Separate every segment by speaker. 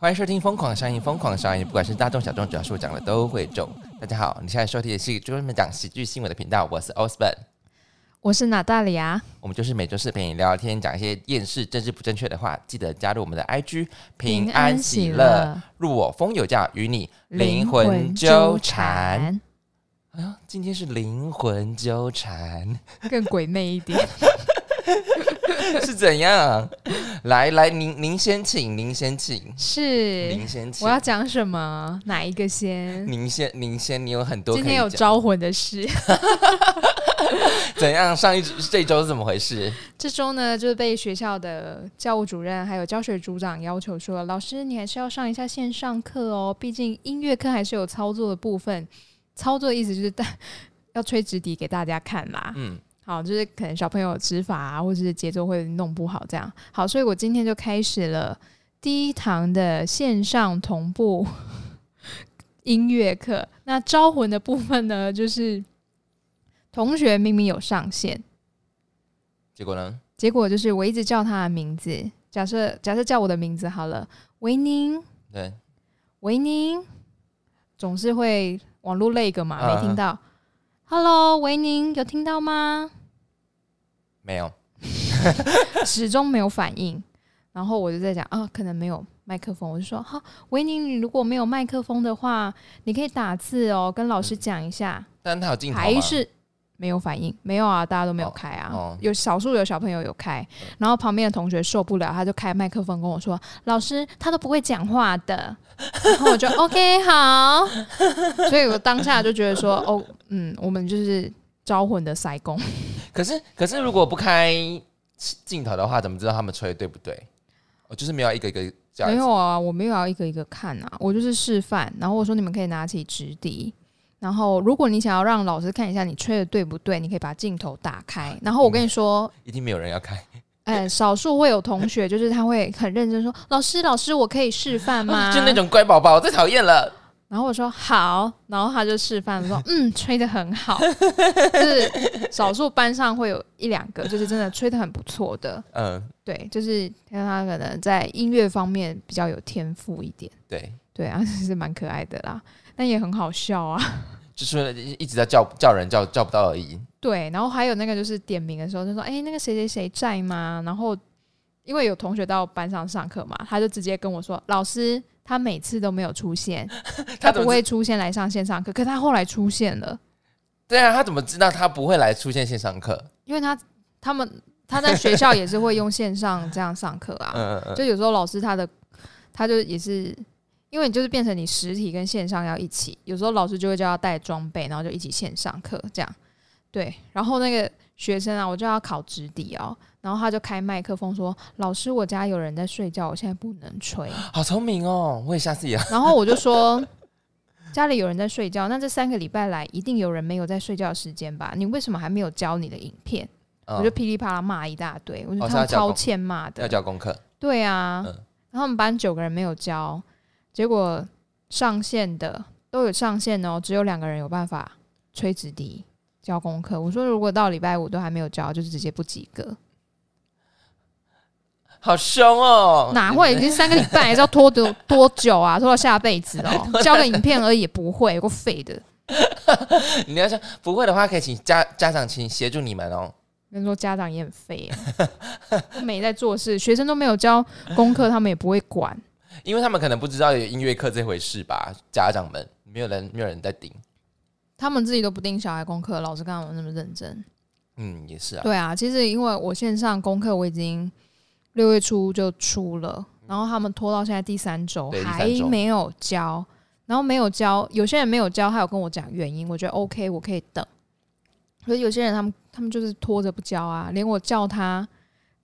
Speaker 1: 欢迎收听《疯狂上映》，疯狂上映，不管是大众小众，只要是我讲的都会中。大家好，你现在收听的是专门讲喜剧新闻的频道，我是 Osborn，
Speaker 2: 我是娜大里啊，
Speaker 1: 我们就是每周四陪你聊聊天，讲一些厌世、政治不正确的话。记得加入我们的 IG，平安喜乐，，入我风有教，与你灵魂纠缠。，哎呀，今天是灵魂纠缠
Speaker 2: 更鬼魅一 点。
Speaker 1: 是怎样？来来，您您先请，您先请，
Speaker 2: 是
Speaker 1: 您，先请
Speaker 2: 我，要讲什么？哪一个先？
Speaker 1: 您先您先，你有很多
Speaker 2: 今
Speaker 1: 可以
Speaker 2: 天有
Speaker 1: 讲。
Speaker 2: 招魂的事，
Speaker 1: 怎样？上一这周是怎么回事？
Speaker 2: 这周呢，就是被学校的教务主任还有教学组长要求说，老师你还是要上一下线上课哦，毕竟音乐课还是有操作的部分。操作的意思就是大要吹直笛给大家看啦。
Speaker 1: 嗯，
Speaker 2: 好，就是可能小朋友指法啊，或者是节奏会弄不好这样。好，所以我今天就开始了第一堂的线上同步 音乐课。那招魂的部分呢，就是同学明明有上线，
Speaker 1: 结果呢？
Speaker 2: 结果就是我一直叫他的名字，假设假设叫我的名字好了，维宁，
Speaker 1: 对，
Speaker 2: 维宁，总是会网络那个嘛，没
Speaker 1: 嗯
Speaker 2: 听到。Hello，维宁，有听到吗？
Speaker 1: 没有。
Speaker 2: 始终没有反应。然后我就在讲啊，可能没有麦克风，我就说哈，维尼，你如果没有麦克风的话，你可以打字哦，跟老师讲一下。
Speaker 1: 但他有镜头吗
Speaker 2: 还是没有反应，没有啊，大家都没有开啊，
Speaker 1: 哦哦嗯
Speaker 2: 有少数有小朋友有开，然后旁边的同学受不了，他就开麦克风跟我说：“老师，他都不会讲话的。”然后我 就 OK 好，所以我当下就觉得说：“哦，嗯，我们就是招魂的塞工。”
Speaker 1: 可是可是如果不开镜头的话，怎么知道他们吹得对不对？我就是没有一个一个这样
Speaker 2: 没
Speaker 1: 子。
Speaker 2: 有啊，我没有要一个一个看啊，我就是示范，然后我说你们可以拿起直笛。然后，如果你想要让老师看一下你吹的对不对，你可以把镜头打开。然后我跟你说，
Speaker 1: 一定没有人要开。
Speaker 2: 哎，少数会有同学就是他会很 认真说：“老师，老师，我可以示范吗？”
Speaker 1: 就那。种乖宝宝，我最讨厌了。
Speaker 2: 然后我说好，然后他就示 范说：“嗯，吹的很好。”就是少数班上会有一两个，就是真的吹的很不错的。
Speaker 1: 嗯，
Speaker 2: 对，就是他可能在音乐方面比较有天赋一点。
Speaker 1: 对，
Speaker 2: 对 啊，是蛮可爱的啦，但也很好笑啊。
Speaker 1: 就是一一直在叫叫人叫叫不到而已。
Speaker 2: 对，然后还有那个就是点名的时候，就说：“哎、那个谁谁谁在吗？”然后因为有同学到班上上课嘛，他就直接跟我说：“老师，他每次都没有出现， 他
Speaker 1: 怎
Speaker 2: 不
Speaker 1: 么知
Speaker 2: 会出现来上线上课，可他后来出现了，
Speaker 1: 对啊？他怎么知道他不会来出现线上课？
Speaker 2: 因为他他们他在学校也是会用线上这样上课啊。
Speaker 1: 嗯嗯嗯，
Speaker 2: 就有时候老师他的他就也是，因为你就是变成你实体跟线上要一起，有时候老师就会叫他带装备，然后就一起线上课这样。对，然后那个学生啊，我就要考直笛哦，然后他就开麦克风说：“老师，我家有人在睡觉，我现在不能 吹。
Speaker 1: 好聪明哦！我也下次也要。”
Speaker 2: 然后我就说。家里有人在睡觉，那这三个礼拜来一定有人没有在睡觉的时间吧？你为什么还没有教你的影片？ 我就
Speaker 1: 嗯，
Speaker 2: 噼里啪啦骂一大堆，我觉
Speaker 1: 哦
Speaker 2: 得
Speaker 1: 是
Speaker 2: 他
Speaker 1: 要
Speaker 2: 们
Speaker 1: 教
Speaker 2: 超
Speaker 1: 功
Speaker 2: 欠骂的
Speaker 1: 要。交功课。
Speaker 2: 对啊，
Speaker 1: 嗯
Speaker 2: 然后我们班九个人没有交，结果上线的都有上线哦，只有两个人有办法吹直笛交功课。我说如果到礼拜五都还没有交，就是直接不及格，
Speaker 1: 好凶哦！
Speaker 2: 哪会已经三个礼拜，还是要 拖多多久啊？拖到下辈子
Speaker 1: 啊
Speaker 2: 哦，交个影片而已也不会，有个废的。
Speaker 1: 你要说不会的话，可以请家家长请协助你们哦。
Speaker 2: 跟你说家长也很废、 啊，都没在做事，学生都没有交功课，他们也不会管。
Speaker 1: 因为他们可能不知道有音乐课这回事吧，家长们没有人没有人在顶。
Speaker 2: 他们自己都不定小孩功课，老师干嘛那么认真？
Speaker 1: 嗯，也是啊，
Speaker 2: 对啊，其实因为我线上功课我已经六月初就出了，然后他们拖到现在第三
Speaker 1: 嗯
Speaker 2: 周
Speaker 1: 对第
Speaker 2: 还
Speaker 1: 三周
Speaker 2: 没有交，然后没有交，有些人没有交，他有跟我讲原因，我觉得 OK，我可以等。可是有些人他们他们就是拖着不交啊，连我叫他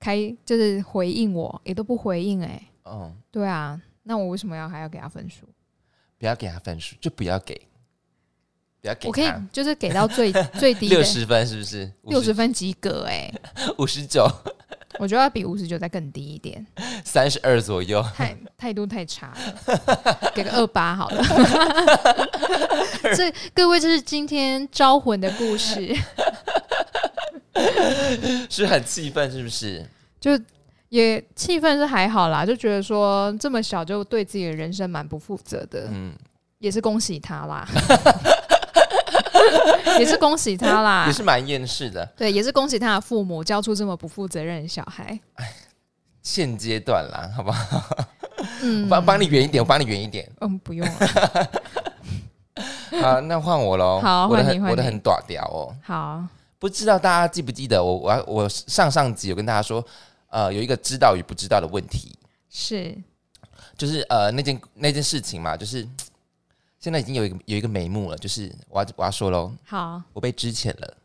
Speaker 2: 开就是回应我也都不回应哎、
Speaker 1: 嗯，
Speaker 2: 对啊，那我为什么要还要给他分数？
Speaker 1: 不要给他分数，就不要给，不要给
Speaker 2: 我可以
Speaker 1: 他
Speaker 2: 就是给到最 最低
Speaker 1: 六
Speaker 2: 的
Speaker 1: 十分，是不是？
Speaker 2: 六十分及格哎、
Speaker 1: 五十九、
Speaker 2: 我觉得要比五十九再更低一点。
Speaker 1: 三十二左右，
Speaker 2: 态态度太差了， 给个二八好了。这各位，这是今天招魂的故事，
Speaker 1: 是很气愤，是不是？
Speaker 2: 就也气氛是还好啦，就觉得说这么小就对自己的人生蛮不负责的，
Speaker 1: 嗯，
Speaker 2: 也是恭喜他 啦，也是恭喜他啦
Speaker 1: 也，是蛮厌世的。
Speaker 2: 对，也是恭喜他的父母教出这么不负责任的小孩。
Speaker 1: 现阶段啦，好吧，
Speaker 2: 嗯，
Speaker 1: 帮帮你远一点，我帮你远一 点。
Speaker 2: 嗯，不用了。
Speaker 1: 好，那换我喽。
Speaker 2: 好
Speaker 1: 我的
Speaker 2: 换你
Speaker 1: 很
Speaker 2: 换
Speaker 1: 我的
Speaker 2: 你
Speaker 1: 很短屌哦。
Speaker 2: 好，
Speaker 1: 不知道大家记不记得我我我上上集有跟大家说，呃，有一个知道与不知道的问题，
Speaker 2: 是
Speaker 1: 就是呃那件那件事情嘛，就是现在已经有一个有一个眉目了，就是我要我要说喽，
Speaker 2: 好，
Speaker 1: 我被支遣了，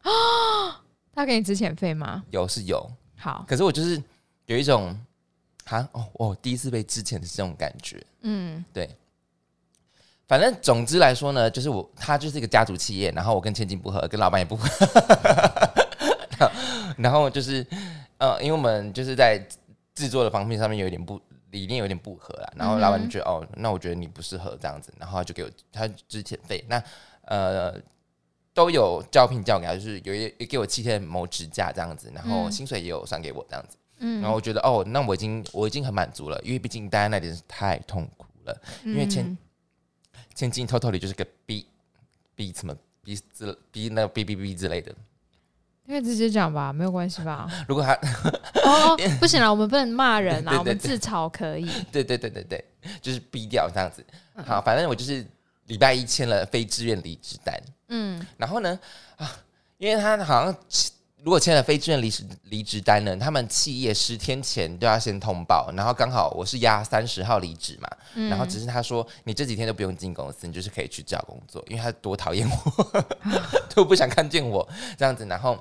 Speaker 2: 他给你之前费吗？
Speaker 1: 有是有，
Speaker 2: 好，
Speaker 1: 可是我就是有一种哈哦哦第一次被支遣的这种感觉。
Speaker 2: 嗯
Speaker 1: 反正总之来说呢，就是我他就是一个家族企业，然后我跟千金不合，跟老板也不合， 然后然后就是呃，因为我们就是在制作的方面上面有一点不理念有点不合啦，然后老板就觉得、哦，那我觉得你不适合这样子，然后他就给我他支遣费，那呃都有招聘叫给他，就是有一给我七天谋职假这样子，然后
Speaker 2: 嗯
Speaker 1: 薪水也有算给我这样子，
Speaker 2: 嗯，
Speaker 1: 然后我觉得哦，那我已经我已经很满足了，因为毕竟待在那里真是太痛苦了。因为前
Speaker 2: 嗯
Speaker 1: 千金 totally 就是个 B B 什么 B 之 B 那个 B B B 之类的。
Speaker 2: 因为直接讲吧，没有关系 吧？
Speaker 1: 如果他
Speaker 2: 哦，哦不行了，我们不能骂人
Speaker 1: 对对
Speaker 2: 啊，我们
Speaker 1: 对
Speaker 2: 自嘲可以。
Speaker 1: 对对对对对，就是 B 掉这样子。好，反正我就是礼拜一签了非自愿离职单，
Speaker 2: 嗯
Speaker 1: 然后呢啊，因为他好像如果签了非自愿离职离职单呢，他们企业十天前都要先通报，然后刚好我是压三十号离职嘛，
Speaker 2: 嗯，
Speaker 1: 然后只是他说你这几天都不用进公司，你就是可以去找工作，因为他多讨厌我，都不想看见我这样子，然后。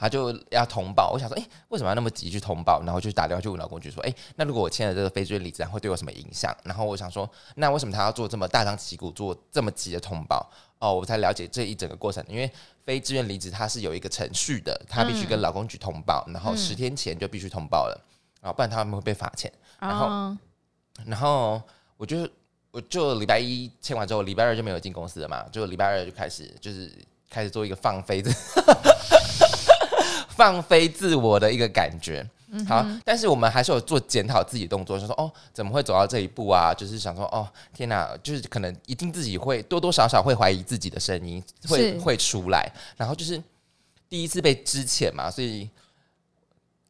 Speaker 1: 他就要通报，我想说，哎、为什么要那么急去通报？然后就打电话去问老公，就说，哎、那如果我签了这个非追离职，会对我什么影响？然后我想说，那为什么他要做这么大张旗鼓，做这么急的通报？哦，我才了解这一整个过程，因为非自愿离职它是有一个程序的，他必须跟老公去通报，然后十天前就必须通报了，啊、不然他们会被罚钱。然后
Speaker 2: 哦
Speaker 1: 然后我就我就礼拜一签完之后，礼拜二就没有进公司了嘛，就礼拜二就开始就是开始做一个放飞自 放飞自我的一个感觉。好，但是我们还是有做检讨自己的动作，就说哦，怎么会走到这一步啊？就是想说哦，天哪，就是可能一定自己会多多少少会怀疑自己的声音会
Speaker 2: 是
Speaker 1: 会出来，然后就是第一次被支遣嘛，所以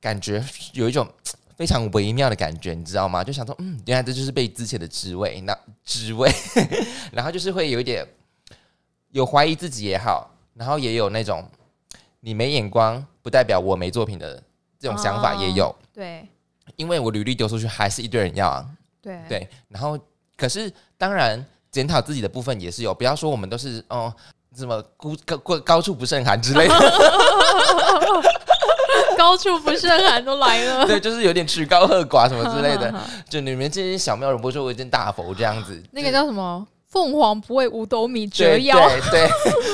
Speaker 1: 感觉有一种嘖非常微妙的感觉，你知道吗？就想说，嗯，原来这就是被之前的职位，那职位，然后就是会有一点有怀疑自己也好，然后也有那种你没眼光不代表我没作品的这种想法
Speaker 2: 哦
Speaker 1: 也有，
Speaker 2: 对
Speaker 1: 因为我履历丢出去还是一堆人要啊，
Speaker 2: 对
Speaker 1: 对，然后可是当然检讨自己的部分也是有，不要说我们都是哦什么孤高高高处不胜寒之类的。
Speaker 2: 高处不胜寒都 来了，
Speaker 1: 对，就是有点曲高和寡什么之类的，
Speaker 2: 哈哈哈
Speaker 1: 就你们这些小庙人不是说我一件大佛这样子，
Speaker 2: 那个叫什么？凤凰不为五斗米折
Speaker 1: 对
Speaker 2: 腰。
Speaker 1: 对 对，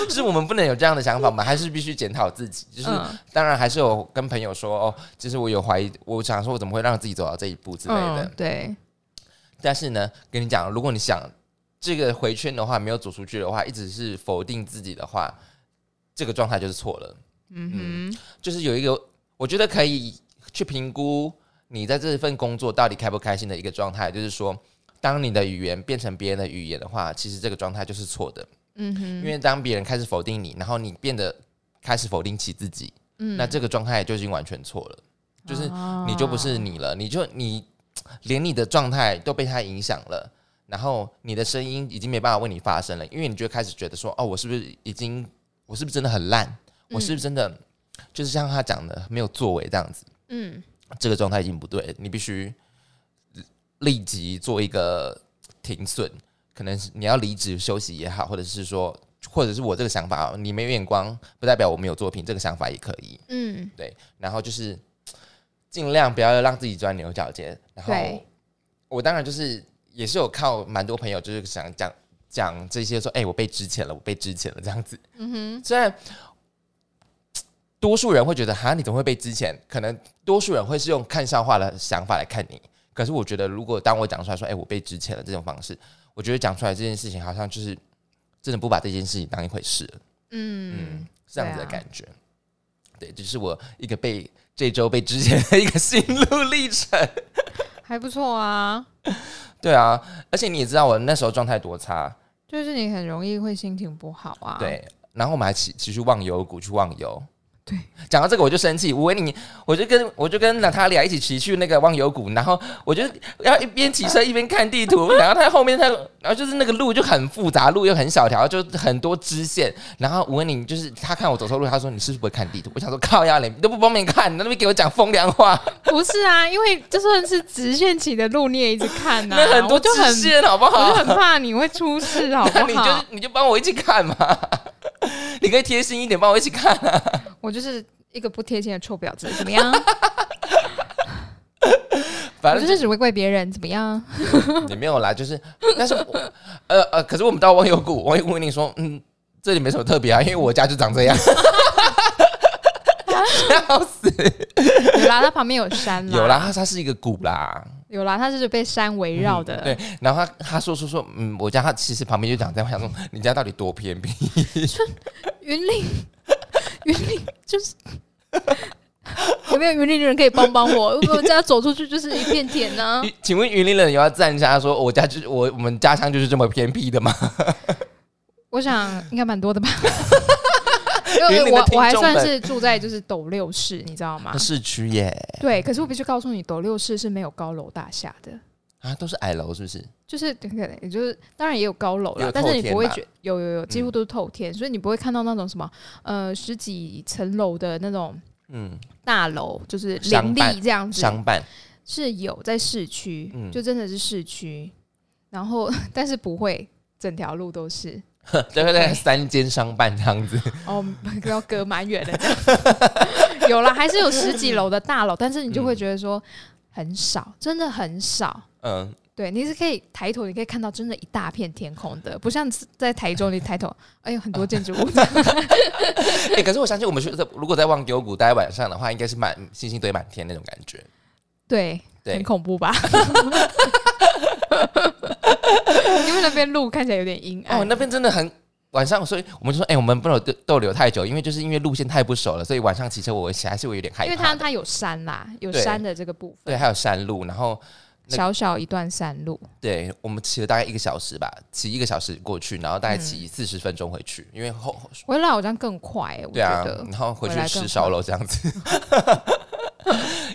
Speaker 1: 就是我们不能有这样的想法，我们还是必须检讨自己。就是、
Speaker 2: 嗯
Speaker 1: 当然还是有跟朋友说哦，其实我有怀疑，我想说我怎么会让自己走到这一步之类的。
Speaker 2: 嗯，对，
Speaker 1: 但是呢，跟你讲，如果你想这个回圈的话，没有走出去的话，一直是否定自己的话，这个状态就是错了。
Speaker 2: 嗯哼，
Speaker 1: 就是有一个，我觉得可以去评估你在这份工作到底开不开心的一个状态，就是说，当你的语言变成别人的语言的话，其实这个状态就是错的，
Speaker 2: 嗯哼，
Speaker 1: 因为当别人开始否定你，然后你变得开始否定起自己，
Speaker 2: 嗯啊
Speaker 1: 那这个状态就已经完全错了，就是嗯哦你就不是你了，你就你连你的状态都被他影响了。然后你的声音已经没办法为你发声了，因为你就开始觉得说，哦，我是不是已经，我是不是真的很烂？我是不是真的、就是像他讲的没有作为这样子？
Speaker 2: 嗯
Speaker 1: 这个状态已经不对，你必须立即做一个停损，可能是你要离职休息也好，或者是说，或者是我这个想法，你没眼光不代表我没有作品，这个想法也可以。
Speaker 2: 嗯
Speaker 1: 对，然后就是尽量不要让自己钻牛角尖。然后
Speaker 2: 对
Speaker 1: 我当然就是也是有靠蛮多朋友，就是想讲讲这些说，哎、我被支遣了，我被支遣了这样子。
Speaker 2: 嗯哼，
Speaker 1: 虽然多数人会觉得哈，你怎么会被之前？可能多数人会是用看笑话的想法来看你。可是我觉得，如果当我讲出来说“哎、我被之前了”这种方式，我觉得讲出来这件事情，好像就是真的不把这件事情当一回事了。
Speaker 2: 嗯
Speaker 1: 嗯，是这样子的
Speaker 2: 对啊
Speaker 1: 感觉。对，这、就是我一个被这周被之前的一个心路历程。
Speaker 2: 还不错啊，
Speaker 1: 对啊，而且你也知道我那时候状态多差，
Speaker 2: 就是你很容易会心情不好啊。，
Speaker 1: 对。然后我们还骑骑去忘忧谷去忘忧。
Speaker 2: 对，
Speaker 1: 讲到这个我就生气，我你，我就跟我就跟娜塔莉亚一起骑去那个忘忧谷，然后我就要一边骑车一边看地 图，然后他后面他，然后就是那个路就很复杂，路又很小条，就很多支线。然后吴文宁就是他看我走错路，他说你是不是不会看地图？我想说靠呀，你都不帮忙看，你在那边给我讲风凉 话，
Speaker 2: 不是啊，因为就算是直线起的路，你也一直看 呐、
Speaker 1: 那很多
Speaker 2: 我就很
Speaker 1: 支线好不好？
Speaker 2: 我就很怕你会出事，好不
Speaker 1: 那
Speaker 2: 好？
Speaker 1: 哦 你就你就帮我一起看嘛， 你可以贴心一点，帮我一起看啊。
Speaker 2: 我就是一个不贴心的臭婊子，怎么 样？
Speaker 1: 反
Speaker 2: 我
Speaker 1: 正
Speaker 2: 就是只会怪别人，怎么样？
Speaker 1: 你没有啦，就是，但是我，呃呃，可是我们到忘忧谷，忘忧谷跟你说，嗯，这里没什么特别啊，因为我家就长这样，笑死。
Speaker 2: 有啦，它旁边有山啦，
Speaker 1: 有，啦，它它是一个谷啦，
Speaker 2: 有啦，它是被山围绕的。
Speaker 1: 对。然后他他说说说，嗯，我家它其实旁边就长这样，我想说你家到底多偏僻？
Speaker 2: 云林， 云林就是。 有没有云林人可以帮帮我？我家走出去就是一片 田呢、
Speaker 1: 请问云林人有要赞一下说，我家就是我我们家乡就是这么偏僻的吗？
Speaker 2: 我想应该蛮多 的吧，
Speaker 1: 云
Speaker 2: 因为
Speaker 1: 林的
Speaker 2: 我
Speaker 1: 听
Speaker 2: 我还
Speaker 1: 众
Speaker 2: 算
Speaker 1: 们嗯
Speaker 2: 是住在就是斗六市，你知道吗？
Speaker 1: 市区耶
Speaker 2: 对，可是我必须告诉你，斗六市是没有高楼大厦的，
Speaker 1: 啊，都是矮楼是不是？
Speaker 2: 就是对对对，也就是当然也有高楼
Speaker 1: 也
Speaker 2: 了
Speaker 1: 有，
Speaker 2: 但是
Speaker 1: 透
Speaker 2: 你
Speaker 1: 天
Speaker 2: 不会
Speaker 1: 吧嗯
Speaker 2: 觉有有有，几乎都是透天，所以你不会看到那种什么呃十几层楼的那种
Speaker 1: 嗯，
Speaker 2: 大楼，就是
Speaker 1: 商
Speaker 2: 林
Speaker 1: 办
Speaker 2: 立这样子，
Speaker 1: 商办
Speaker 2: 是有在市区，
Speaker 1: 嗯
Speaker 2: 就真的是市区，然后 但是不会整条路都是，
Speaker 1: 对对对，三间商办这样子，
Speaker 2: 哦，要隔蛮远的这 样。有啦，还是有十几楼的大楼，但是你就会觉得说很少，真的很少。
Speaker 1: 嗯，
Speaker 2: 对，你是可以抬头，你可以看到真的一大片天空的，不像在台中，你抬头，哎呦，很多建筑物。
Speaker 1: 嗯 哎、可是我相信我们去，如果在望丢谷待晚上的话，应该是满星星堆满天那种感 觉。
Speaker 2: 对，
Speaker 1: 对
Speaker 2: 很恐怖吧？因为那边路看起来有点阴暗。
Speaker 1: 哦，那边真的很晚上，所以我们就说，哎、我们不能逗逗留太久，因为就是因为路线太不熟了，所以晚上骑车我还是会有点害怕。
Speaker 2: 因为它它有山啦，有
Speaker 1: 对
Speaker 2: 山的这个部
Speaker 1: 对，
Speaker 2: 分，
Speaker 1: 还有山路，然后那
Speaker 2: 小小一段山路，
Speaker 1: 对我们骑了大概一个小时吧，骑一个小时过去，然后大
Speaker 2: 嗯
Speaker 1: 概骑四十分钟回去，因为后后
Speaker 2: 回来好像更快、欸，我
Speaker 1: 对
Speaker 2: 觉
Speaker 1: 啊
Speaker 2: 得。，
Speaker 1: 然后回
Speaker 2: 回
Speaker 1: 去
Speaker 2: 来更
Speaker 1: 吃烧肉这样子。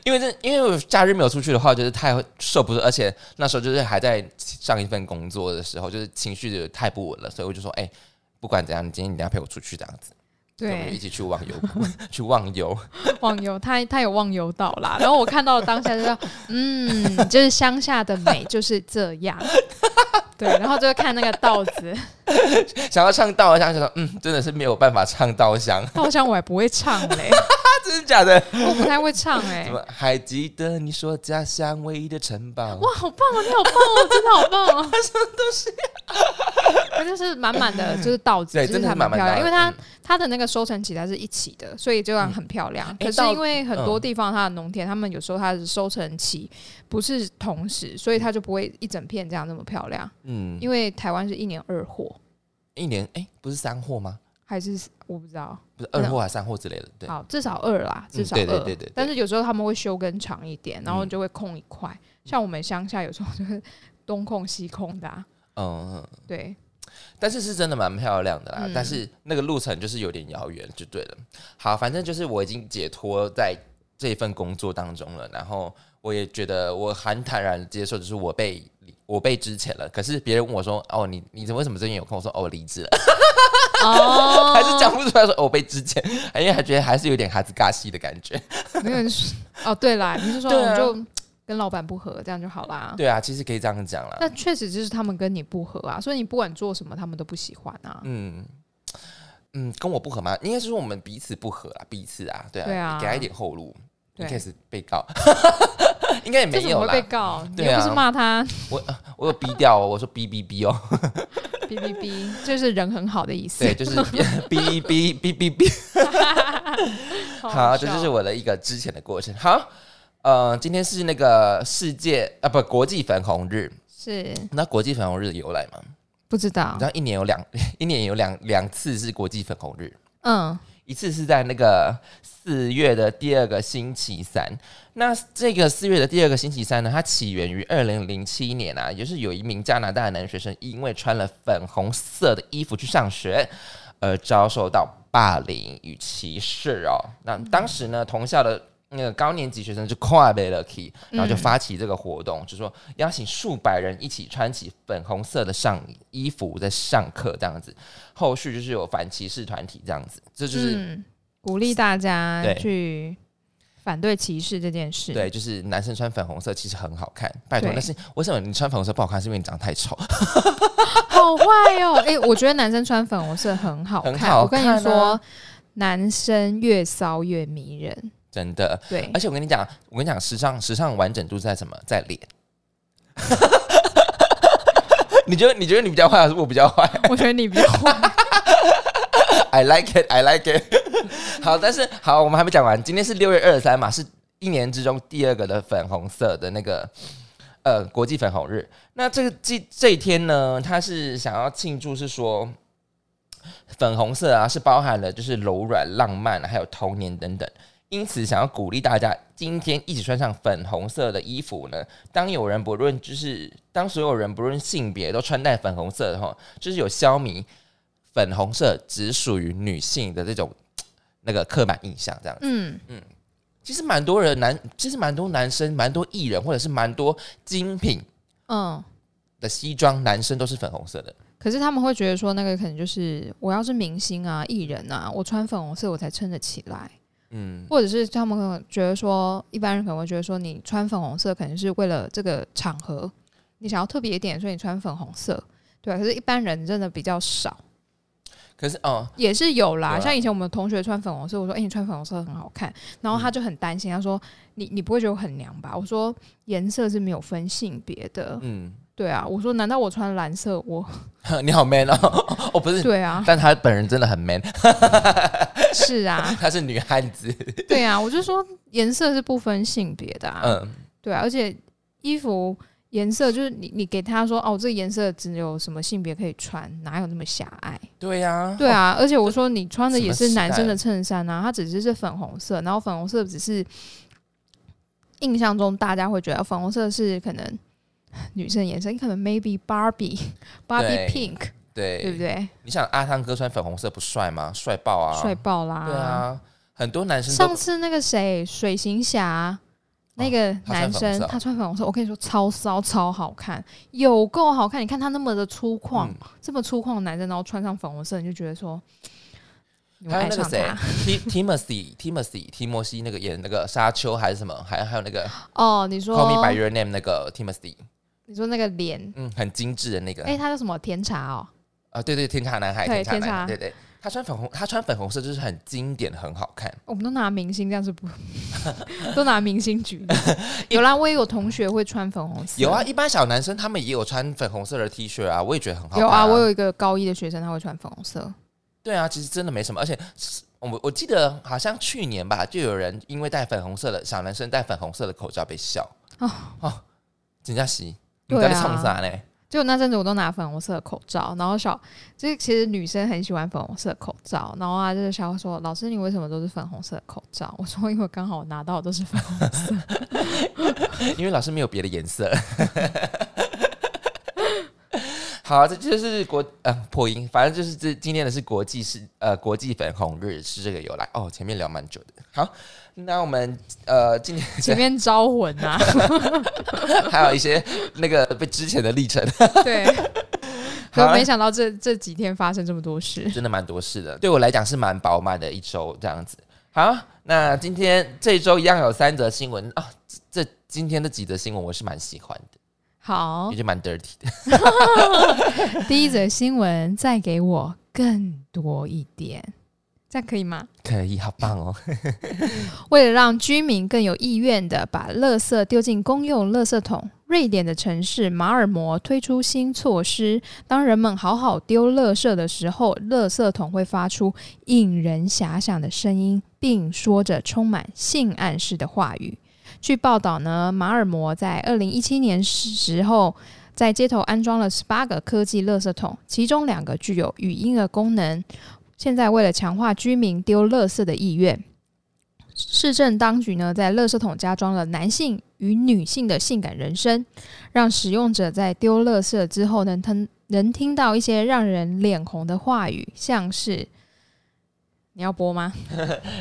Speaker 1: 因为这，因为我假日没有出去的话，就是太受不住，而且那时候就是还在上一份工作的时候，就是情绪太不稳了，所以我就说，哎、不管怎样，你今天一定要陪我出去这样子，所以我们就
Speaker 2: 对
Speaker 1: 一，起去忘忧 谷，去忘忧。
Speaker 2: 忘忧，他他有忘忧到啦。然后我看到当下就说，嗯，就是乡下的美就是这样。 对，然后就会看那个稻子，
Speaker 1: 想要唱稻香，想说，嗯，真的是没有办法唱稻香，啊
Speaker 2: 稻香我还不会唱嘞，
Speaker 1: 真的假的？
Speaker 2: 我不太会唱哎、
Speaker 1: 什么？还记得你说家乡唯一的城堡？
Speaker 2: 哇，好棒哦，你好棒哦，真的好棒哦， 什么东西、它就是满满的就是稻子，
Speaker 1: 啊对
Speaker 2: 就是
Speaker 1: 真的
Speaker 2: 还
Speaker 1: 是满满
Speaker 2: 漂亮，
Speaker 1: 稻
Speaker 2: 因为它、
Speaker 1: 嗯
Speaker 2: 它的那个收成期它是一起的，所以就让很漂亮。
Speaker 1: 诶
Speaker 2: 可是
Speaker 1: 稻
Speaker 2: 因为很
Speaker 1: 嗯
Speaker 2: 多地方它的农田，他们有时候它的收成期不是同时，所以它就不会一整片这样那么漂亮。
Speaker 1: 嗯，
Speaker 2: 因为台湾是一年二货，
Speaker 1: 一年，哎、不是三货吗？
Speaker 2: 还是我不知道，
Speaker 1: 不是二货还啊是三货之类的？对，嗯
Speaker 2: 好至少二啦，至少二。
Speaker 1: 对对对对对
Speaker 2: 但是有时候他们会休更长一点，然后
Speaker 1: 嗯
Speaker 2: 就会空一块。像我们乡下有时候就是东空西空的、啊，
Speaker 1: 嗯。嗯
Speaker 2: 对，
Speaker 1: 但是是真的蛮漂亮的啦，
Speaker 2: 嗯
Speaker 1: 但是那个路程就是有点遥远，就对了。好，反正就是我已经解脱在这份工作当中了，然后我也觉得我很坦然地接受，就是我被我被之前了。可是别人问我说：“哦，你你怎么为什么最近有空？”我说：“哦，我离职了。
Speaker 2: 哦
Speaker 1: 还是讲不出来说：“哦，我被之前。”因为还觉得还是有点哈子尬戏的感 觉。
Speaker 2: 没有人说哦，对啦，你是说
Speaker 1: 对
Speaker 2: 我
Speaker 1: 啊
Speaker 2: 们就跟老板不合，这样就好啦。
Speaker 1: 对啊，其实可以这样讲啦。
Speaker 2: 那确实就是他们跟你不合啊，所以你不管做什么，他们都不喜欢啊。
Speaker 1: 嗯。嗯，跟我不合吗？应该是说我们彼此不合啦，彼此啊，对啊，
Speaker 2: 对啊
Speaker 1: 给他一点后路，
Speaker 2: 对
Speaker 1: 应该是被告， 应该也
Speaker 2: 这
Speaker 1: 没
Speaker 2: 怎
Speaker 1: 有
Speaker 2: 么
Speaker 1: 啦。
Speaker 2: 会被告？你
Speaker 1: 对
Speaker 2: 又
Speaker 1: 啊
Speaker 2: 不是骂他，
Speaker 1: 我有逼掉哦，我说哔哔哔哦，
Speaker 2: 哔哔哔，就是人很 好的意思
Speaker 1: 对，。就是哔哔哔哔哔。好，啊这就是
Speaker 2: 我。
Speaker 1: 我的一个之前的过程。好，呃，今天是那个世界啊，不，国际粉红日。
Speaker 2: 是
Speaker 1: 那国际粉红日由来吗？
Speaker 2: 不知道
Speaker 1: 你知，道一年有两一年有两两次是国际粉红日，
Speaker 2: 嗯，
Speaker 1: 一一次是在那个四月的第二个星期三。那这个四月的第二个星期三呢，它起源于二零零七年啊，也就是有一名加拿大的男学生因为穿了粉红色的衣服去上学，而遭受到霸凌与歧视哦。那当时呢，同校的。那个高年级学生就跨背了 key，然后就发起这个活动，就说邀请数百人一起穿起粉红色的上衣服在上课这样子。后续就是有反歧视团体这样子，这就是、
Speaker 2: 嗯鼓励大家
Speaker 1: 对
Speaker 2: 去反对歧视这件事。
Speaker 1: 对，就是男生穿粉红色其实很好看，拜托。
Speaker 2: 对
Speaker 1: 但是为什么你穿粉红色不好看？是因为你长得太丑，
Speaker 2: 好坏哦！ 哎、我觉得男生穿粉红色很好看。
Speaker 1: 很好
Speaker 2: 我跟
Speaker 1: 看啊
Speaker 2: 你说，男生越骚越迷人。
Speaker 1: 真的。
Speaker 2: 对
Speaker 1: 而，且我跟你讲，我跟你讲，时尚时尚完整度在什么？在脸。 你觉得你觉得你比较坏还是我比较坏？
Speaker 2: 我觉得你比 较坏
Speaker 1: I like it, I like it 。 好，但是好，我们还没讲完。今天是六月二十三嘛，是一年之中第二个的粉红色的那个呃国际粉红日。那这个这这一天呢，它是想要庆祝，是说粉红色啊，是包含了就是柔软、浪漫，啊还有童年等等。因此，想要鼓励大家今天一起穿上粉红色的衣服呢。当有人不论就是当所有人不论性别都穿戴粉红色的话，就是有消弭粉红色只属于女性的这种那个刻板印象，这样子。
Speaker 2: 嗯，
Speaker 1: 其实蛮多人男，其实蛮多男生，蛮多艺人，或者是蛮多精品
Speaker 2: 嗯。
Speaker 1: 的西装，男生都是粉红色的。
Speaker 2: 可是他们会觉得说，那个可能就是我要是明星啊、艺人啊，我穿粉红色我才撑得起来，
Speaker 1: 嗯，
Speaker 2: 或者是他们可能觉得说，一般人可能会觉得说，你穿粉红色可能是为了这个场合，你想要特别一点，所以你穿粉红色。对，啊可是一般人真的比较少，
Speaker 1: 可是哦，
Speaker 2: 也是有啦。
Speaker 1: 有啊嗯
Speaker 2: 像以前我们同学穿粉红色，我说：“哎、你穿粉红色很好看。”然后他就很担心，他说：“你你不会觉得我很娘吧？”我说：“颜色是没有分性别的。
Speaker 1: 嗯，
Speaker 2: 对啊，我说：“难道我穿蓝色我
Speaker 1: 你好 man 哦， 哦不是，
Speaker 2: 对啊，
Speaker 1: 但他本人真的很 man，
Speaker 2: 是啊，
Speaker 1: 他是女汉子。
Speaker 2: 对啊。”我就说颜色是不分性别的啊。
Speaker 1: 嗯，
Speaker 2: 对啊，而且衣服颜色就是你你给他说哦，这个颜色只有什么性别可以穿，哪有那么狭隘？
Speaker 1: 对呀、
Speaker 2: 对
Speaker 1: 哦，
Speaker 2: 啊，而且我说你穿的也
Speaker 1: 什么
Speaker 2: 是
Speaker 1: 时代
Speaker 2: 男生的衬衫啊，它只是是粉红色，然后粉红色只是印象中大家会觉得粉红色是可能女生的颜色，你可能 maybe Barbie Barbie
Speaker 1: 对哎
Speaker 2: pink，
Speaker 1: 对，
Speaker 2: 对不？对？
Speaker 1: 你想阿汤哥穿粉红色不帅吗？帅爆啊！
Speaker 2: 帅爆啦！
Speaker 1: 对啊，很多男生
Speaker 2: 上
Speaker 1: 都哦
Speaker 2: 次那个谁水行侠。那个
Speaker 1: 他穿粉
Speaker 2: 男
Speaker 1: 红
Speaker 2: 生
Speaker 1: 色哦
Speaker 2: 他穿粉红色，我跟你说超骚超好看，有够好看！你看他那么的粗犷，
Speaker 1: 嗯
Speaker 2: 这么粗犷的男生，然后穿上粉红色，你就觉得说，你会
Speaker 1: 还有
Speaker 2: 爱
Speaker 1: 那个
Speaker 2: 上
Speaker 1: 谁
Speaker 2: 他
Speaker 1: Ti-，Timothy Timothy 提摩西那个演那个沙丘还是什么，还还有那个
Speaker 2: 哦。你
Speaker 1: Call Me by
Speaker 2: 说，
Speaker 1: Your Name 那个 Timothy，
Speaker 2: 你说那个脸，
Speaker 1: 嗯，很精致的那个，
Speaker 2: 哎、他叫什么甜茶哦？
Speaker 1: 啊，对对，天茶男孩，
Speaker 2: 对
Speaker 1: 茶男孩，对
Speaker 2: 天
Speaker 1: 对，他穿粉红，他穿粉红色就是很经典，很好看。
Speaker 2: 我们都拿明星这样是不， 都拿明星举例。 有啦，我也有同学会穿粉红色，
Speaker 1: 有啊，，一般小男生他们也有穿粉红色的 T 恤啊，我也觉得很好看、
Speaker 2: 有啊，我有一个高一的学生他会穿粉红色，
Speaker 1: 对啊，其实真的没什么，而且是我我记得好像去年吧，就有人因为戴粉红色的小男生戴粉红色的口罩被笑
Speaker 2: 哦
Speaker 1: 哦，金佳琪，你
Speaker 2: 对
Speaker 1: 到
Speaker 2: 啊
Speaker 1: 底冲啥呢？
Speaker 2: 就那阵子我都拿粉红色的口罩，然后小就是其实女生很喜欢粉红色的口罩，然后啊就是小说老师你为什么都是粉红色的口罩？ 我说因为刚好我拿到的都是粉红
Speaker 1: 因为老师没有别的颜色。 好，这就是国呃破音，反正就是这今天的是国际是呃国际粉红日是这个由来哦。前面聊蛮久的，好，那我们呃今天
Speaker 2: 前面招魂啊，
Speaker 1: 还有一些那个被之前的历程，
Speaker 2: 对，
Speaker 1: 好
Speaker 2: 可
Speaker 1: 啊
Speaker 2: 没想到这这几天发生这么多事，
Speaker 1: 真的蛮多事的，对我来讲是蛮饱满的一周这样子。好，那今天这一周一样有三则新闻啊、这这今天的几则新闻我是蛮喜欢的，
Speaker 2: 好
Speaker 1: 也，是蛮 dirty 的。
Speaker 2: 第一则新闻再给我更多一点，这样可以吗？
Speaker 1: 可以，好棒哦！
Speaker 2: 为了让居民更有意愿地把垃圾丢进公用垃圾桶，瑞典的城市马尔摩推出新措施。当人们好好丢垃圾的时候，垃圾桶会发出引人遐想的声音，并说着充满性暗示的话语。据报道呢，马尔摩在二零一七年时候。在街头安装了十八个科技垃圾桶，其中两个具有语音的功能，现在为了强化居民丢垃圾的意愿，市政当局呢在垃圾桶加装了男性与女性的性感人声，让使用者在丢垃圾之后能听能听到一些让人脸红的话语，像是你要播吗？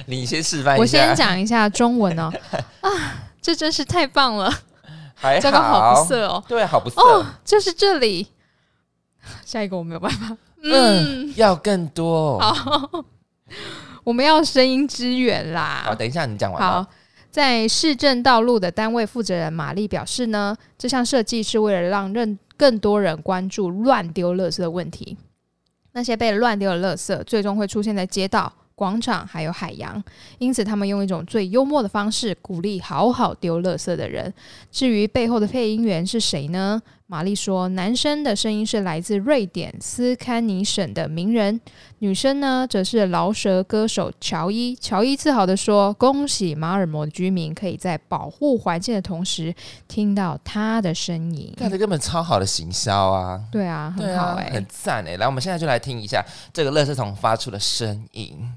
Speaker 1: 你先示范一下。
Speaker 2: 我先讲一下中文 哦。啊，这真是太棒了！
Speaker 1: 还
Speaker 2: 这个好不色哦，
Speaker 1: 对，哎好不色
Speaker 2: 哦，就是这里。下一个我没有办法。
Speaker 1: 嗯，要更多。
Speaker 2: 好，我们要声音支援啦。
Speaker 1: 好，等一下你讲完。啊
Speaker 2: 好，在市政道路的单位负责人玛丽表示呢，这项设计是为了让更更多人关注乱丢垃圾的问题。那些被乱丢的垃圾最终会出现在街道、广场还有海洋，因此他们用一种最幽默的方式鼓励好好丢垃圾的人。至于背后的配音员是谁呢？玛丽说：“男生的声音是来自瑞典斯堪尼省的名人，女生呢则是饶舌歌手乔伊。乔伊自豪地说：‘恭喜马尔摩的居民可以在保护环境的同时听到他的声音。’
Speaker 1: 看这根本超好的行销啊！
Speaker 2: 对啊，
Speaker 1: 对
Speaker 2: 很好
Speaker 1: 啊，
Speaker 2: 哎、
Speaker 1: 很赞哎、来，我们现在就来听一下这个垃圾桶发出的声音。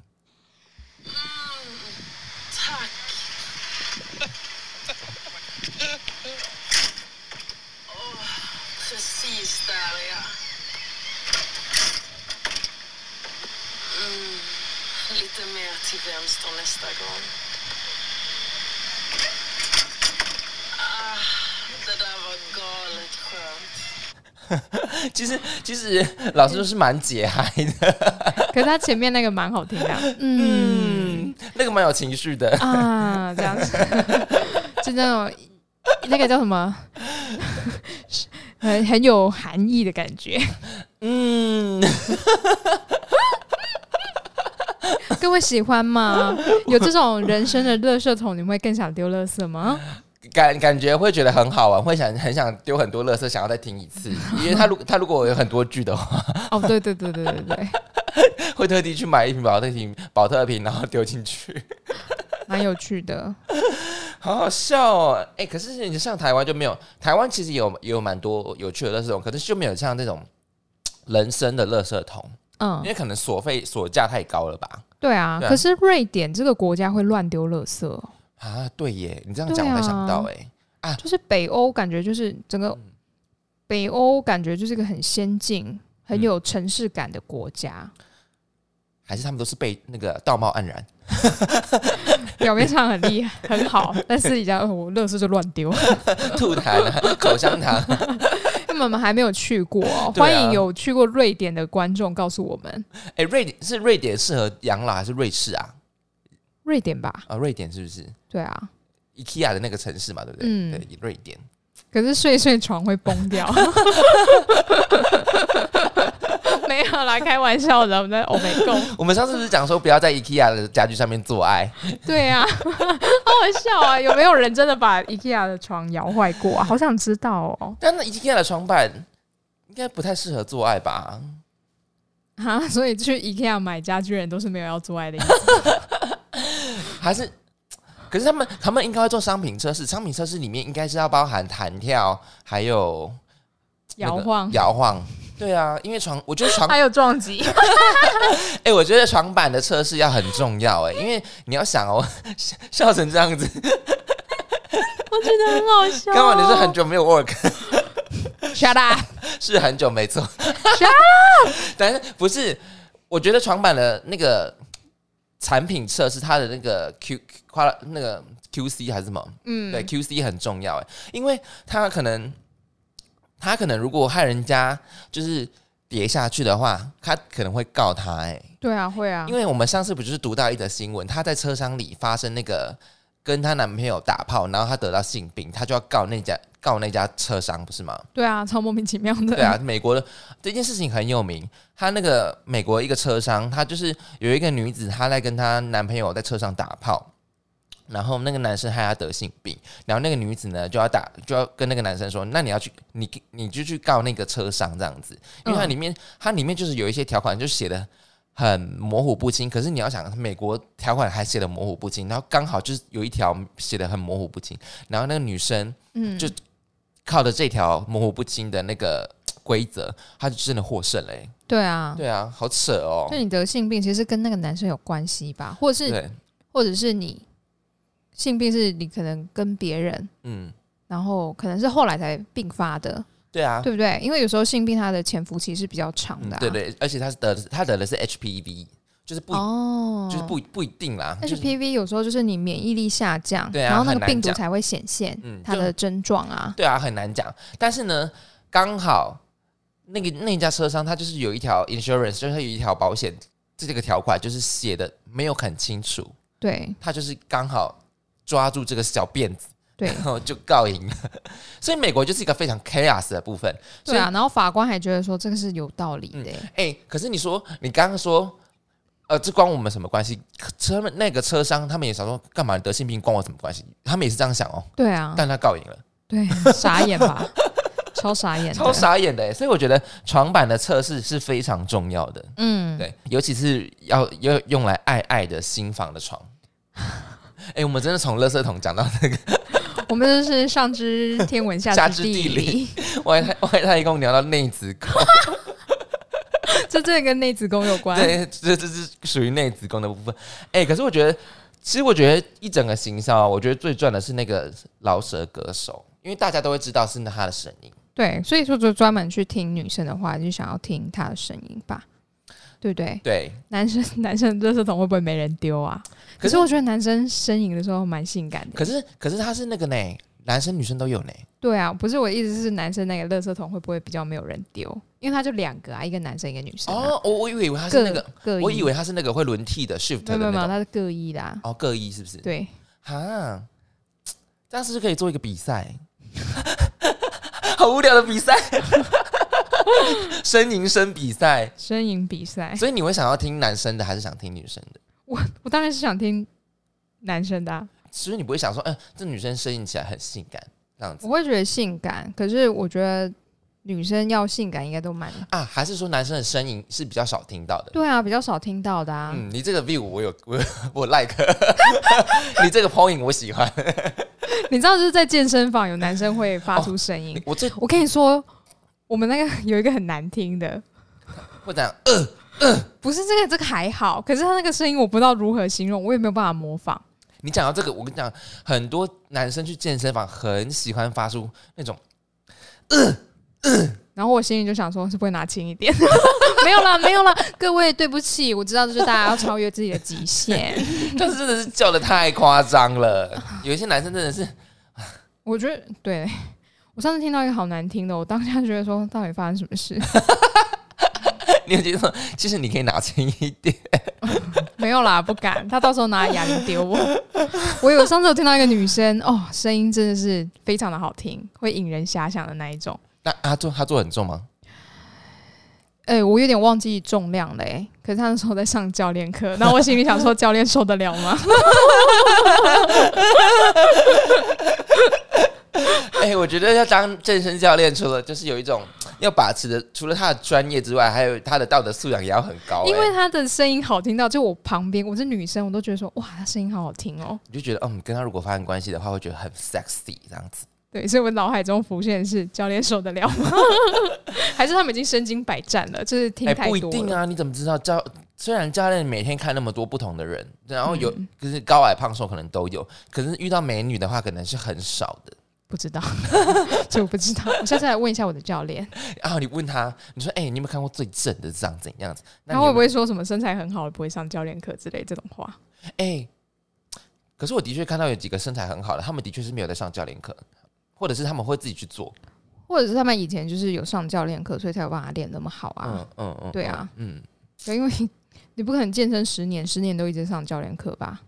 Speaker 3: Precis där, ja. Mm, lite mer till vänster nästa gång. Ah, det där var galet skönt.
Speaker 1: 其实，其实老师说是蛮解嗨的，
Speaker 2: 可是他前面那个蛮好听的啊， 嗯
Speaker 1: 嗯，那个蛮有情绪的。
Speaker 2: 啊，这样子， 就那种那个叫什么， 很很有含义的感觉。
Speaker 1: 嗯，
Speaker 2: 各位喜欢吗？有这种人生的垃圾桶，你们会更想丢垃圾吗？
Speaker 1: 感感觉会觉得很好玩，会想很想丢很多垃圾，想要再听一 次。因为他如他如果有很多句的话，
Speaker 2: 哦，对对对对对对，
Speaker 1: 会特地去买一瓶保特瓶保特瓶，然后丢进去，
Speaker 2: 蛮有趣的。
Speaker 1: 好好笑哦。哎、可是你上台湾就没有，台湾其实有也有蛮多有趣的垃圾桶，可是就没有像这种嘖人生的垃圾桶，
Speaker 2: 嗯
Speaker 1: 因，为可能所费所价太高了吧。
Speaker 2: 对啊。
Speaker 1: 对啊
Speaker 2: 可是瑞典这个国家会乱丢垃圾哦，
Speaker 1: 啊，对耶，你这样
Speaker 2: 对
Speaker 1: 讲我才
Speaker 2: 啊
Speaker 1: 想到哎、
Speaker 2: 就是北欧感觉就是整个北欧感觉就是一个很先进、很有城市感的国家，
Speaker 1: 还是他们都是被那个道貌岸然。
Speaker 2: 表面上很厉害很 好，但私底下呃我垃圾就乱 丢。
Speaker 1: 吐痰、啊、口香糖，
Speaker 2: 因为我们还没有去过哦，
Speaker 1: 对啊
Speaker 2: 欢迎有去过瑞典的观众告诉我们，
Speaker 1: 哎、瑞典是瑞典适合养老还是瑞士啊？
Speaker 2: 瑞典吧？
Speaker 1: 啊，瑞典是不是
Speaker 2: 对啊，
Speaker 1: IKEA 的那个城市嘛？对不对？
Speaker 2: 嗯
Speaker 1: 对，瑞典。
Speaker 2: 可是睡一睡床会崩掉。 没有啦，开玩笑的，我们在，Oh 欧美共。
Speaker 1: 我们上次不是讲说不要在 IKEA 的家具上面做爱？
Speaker 2: 对啊，好好笑啊！有没有人真的把 IKEA 的床摇坏过啊？好想知道哦。
Speaker 1: 但那 IKEA 的床板应该不太适合做爱吧？
Speaker 2: 啊，所以去 IKEA 买家居人都是没有要做爱的意思。
Speaker 1: 还是？可是他们他们应该会做商品测试，商品测试里面应该是要包含弹跳，还有那
Speaker 2: 摇
Speaker 1: 个
Speaker 2: 晃，
Speaker 1: 摇晃。对啊，因为床，我觉得床
Speaker 2: 还有撞击。
Speaker 1: 哎、我觉得床板的测试要很重要哎、因为你要想哦， 笑笑成这样子，
Speaker 2: 我觉得很好笑、啊
Speaker 1: 刚好你是很久没有 work，
Speaker 2: shut up，
Speaker 1: 是很久没错
Speaker 2: Shut。
Speaker 1: 但是不是？我觉得床板的那个产品测试，它的那个 Q 夸那个 QC 还是什么？
Speaker 2: 嗯，
Speaker 1: 对，QC 很重要哎，因为它可能它可能如果害人家就是跌下去的话，他可能会告他哎。
Speaker 2: 对啊，会啊，
Speaker 1: 因为我们上次不就是读到一则新闻，她在车厢里发生那个跟她男朋友打炮，然后她得到性病，她就要告那家告那家车商，不是吗？
Speaker 2: 对啊，超莫名其妙的。
Speaker 1: 对啊，，美国的这件事情很有名。她那个美国一个车商，她就是有一个女子，她在跟她男朋友在车上打炮，然后那个男生害她得性病，然后那个女子呢就要打，就要跟那个男生说，那你要去，你你就去告那个车商这样子，因为它
Speaker 2: 嗯
Speaker 1: 里面、它里面就是有一些条款就写的。很模糊不清，可是你要想，美国条款还写的模糊不清，然后刚好就是有一条写的很模糊不清，然后那个女生
Speaker 2: 嗯，
Speaker 1: 就靠着这条模糊不清的那个嘖规则，他就真的获胜嘞、
Speaker 2: 对啊，
Speaker 1: 对啊，好扯哦
Speaker 2: 就。你得性病其实跟那个男生有关系吧，或者是
Speaker 1: 对，
Speaker 2: 或者是你性病是你可能跟别人，
Speaker 1: 嗯，
Speaker 2: 然后可能是后来才并发的，
Speaker 1: 对啊，
Speaker 2: 对不对？因为有时候性病它的潜伏期是比较长
Speaker 1: 嗯
Speaker 2: 的、啊
Speaker 1: 对对，而且他是得的是他得的是 HPV，就是不、
Speaker 2: 哦，
Speaker 1: 就是不不一定啦，就是
Speaker 2: HPV 有时候就是你免疫力下降，
Speaker 1: 对啊
Speaker 2: 然后那
Speaker 1: 很
Speaker 2: 个
Speaker 1: 难
Speaker 2: 病毒
Speaker 1: 讲
Speaker 2: 才会显现
Speaker 1: 嗯
Speaker 2: 它的症状啊。
Speaker 1: 对啊，很难讲。但是呢，刚好那个那家车商他就是有一条 insurance，就是它有一条保险这个条款，就是写的没有很清楚，
Speaker 2: 对
Speaker 1: 他就是刚好抓住这个小辫子，
Speaker 2: 对
Speaker 1: 然后就告赢了。 所以美国就是一个非常 chaos 的部分。所
Speaker 2: 对
Speaker 1: 以
Speaker 2: 啊，然后法官还觉得说这个是有道理的欸、
Speaker 1: 哎、可是你说，你刚刚说，呃，这关我们什么关系？车那个车商他们也想说，干嘛得性病关我什么关系？他们也是这样想哦，
Speaker 2: 对啊，
Speaker 1: 但他告赢了，
Speaker 2: 对，傻 眼吧，超傻眼的，
Speaker 1: 超傻眼的耶。所以我觉得床板的测试是非常重要的，
Speaker 2: 嗯，
Speaker 1: 对，尤其是要要用来爱爱的新房的床。哎、我们真的从垃圾桶讲到那个，
Speaker 2: 我们就是上知天文
Speaker 1: 下
Speaker 2: 下
Speaker 1: 知
Speaker 2: 知
Speaker 1: 地
Speaker 2: 地
Speaker 1: 理
Speaker 2: 理，
Speaker 1: 外太外太空聊到内子宫，
Speaker 2: 这真的跟内子宫有关。
Speaker 1: 对，这这是属于内子宫的部分。哎、可是我觉得，其实我觉得一整个行销啊，我觉得最赚的是那个饶舌歌手，因为大家都会知道是他的声音。
Speaker 2: 对，所以说就专门去听女生的话，就想要听她的声音吧，对不对？
Speaker 1: 对，
Speaker 2: 男生 男生垃圾桶会不会没人丢啊？
Speaker 1: 可
Speaker 2: 可
Speaker 1: 是
Speaker 2: 是我觉得男生呻吟的时候蛮性感的。
Speaker 1: 可是可是他是那个呢，男生女生都有呢。
Speaker 2: 对啊，不是我的意思是男生那个垃圾桶会不会比较没有人丢？因为他就两个啊，一个男生一个女生、啊。
Speaker 1: 哦，我我以为他是
Speaker 2: 各
Speaker 1: 那个，
Speaker 2: 各一，
Speaker 1: 我以为他是那个会轮替的 shift
Speaker 2: 没
Speaker 1: 的
Speaker 2: 有没有没
Speaker 1: 那
Speaker 2: 有，
Speaker 1: 种。
Speaker 2: 他是各一的、啊。
Speaker 1: 哦，各一是不是？
Speaker 2: 对，
Speaker 1: 哈，这样是不是可以做一个比赛？ 好无聊的比赛， 呻吟声比赛。
Speaker 2: 呻吟比赛，
Speaker 1: 所以你会想要听男生的，还是想听女生的？
Speaker 2: 我当然是想听男生的啊、
Speaker 1: 所以你不会想说，嗯、这女生声音起来很性感这样子
Speaker 2: 我会觉得性感，可是我觉得女生要性感应该都 蛮
Speaker 1: 啊？还是说男生的声音是比较少听到的？
Speaker 2: 对啊，比较少听到的啊。
Speaker 1: 嗯，你这个 view 我有 我有我 like，你 这个 point 我喜欢。
Speaker 2: 你知道，就是在健身房有男生会发出声音。
Speaker 1: 我最
Speaker 2: 我跟你说，我们那个有一个很难听的，
Speaker 1: 会这样，呃
Speaker 2: 不是这个，这个还好，可是他那个声音我不知道如何形容，我也没有办法模仿。
Speaker 1: 你讲到这个，我跟你讲，很多男生去健身房很喜欢发出那种，
Speaker 2: 然后我心里就想说，是不会拿轻一 点？没有啦，没有啦，各位对不起，我知道就是大家要超越自己的极限。
Speaker 1: 但是真的是叫的太夸张 了。有一些男生真的是，
Speaker 2: 我觉得对。我上次听到一个好难听的，我当下觉得说，到底发生什么事？
Speaker 1: 你有觉得说，其实你可以拿轻一点。
Speaker 2: 没有啦，不敢。他到时候拿哑铃丢我。 我有上次有听到一个女生，哦，声音真的是非常的好听，会引人遐想的那一种。
Speaker 1: 那他做他做得很重吗？
Speaker 2: 哎、我有点忘记重量了、哎。可是他那时候在上教练课，然后我心里想说，教练受得了吗？
Speaker 1: 哎、我觉得要当健身教练，除了就是有一种要把持的，除了他的专业之外，还有他的道德素养也要很高、
Speaker 2: 因为
Speaker 1: 哎，
Speaker 2: 他的声音好听到，就我旁边我是女生，我都觉得说，哇，他声音好好听哦。
Speaker 1: 你就觉得，嗯，跟他如果发生关系的话，会觉得很 sexy 这样子。
Speaker 2: 对，所以我脑海中浮现的是教练受得了吗？ 还是他们已经身经百战了？就是听
Speaker 1: 哎、
Speaker 2: 太
Speaker 1: 不
Speaker 2: 多
Speaker 1: 一定
Speaker 2: 了。
Speaker 1: 啊，你怎么知道教？虽然教练每天看那么多不同的人，然后有、
Speaker 2: 嗯
Speaker 1: 就是高矮胖瘦可能都有，可是遇到美女的话，可能是很少的。
Speaker 2: 不知道， 这我不知道。我下次来问一下我的教练，
Speaker 1: 然后你问他，你说，哎、你有没有看过最正的长怎样子？ 那
Speaker 2: 他
Speaker 1: 你有
Speaker 2: 会不
Speaker 1: 没有？
Speaker 2: 会说什么身材很好，不会上教练课之类这种话？
Speaker 1: 哎、可是我的确看到有几个身材很好的，他们的确是没有在上教练课，或者是他们会自己去做。
Speaker 2: 或者是他们以前就是有上教练课，所以才有办法练那么好啊？
Speaker 1: 嗯嗯嗯，
Speaker 2: 对啊
Speaker 1: 嗯，嗯，
Speaker 2: 对，因为你不可能健身十年，十年都一直上教练课吧？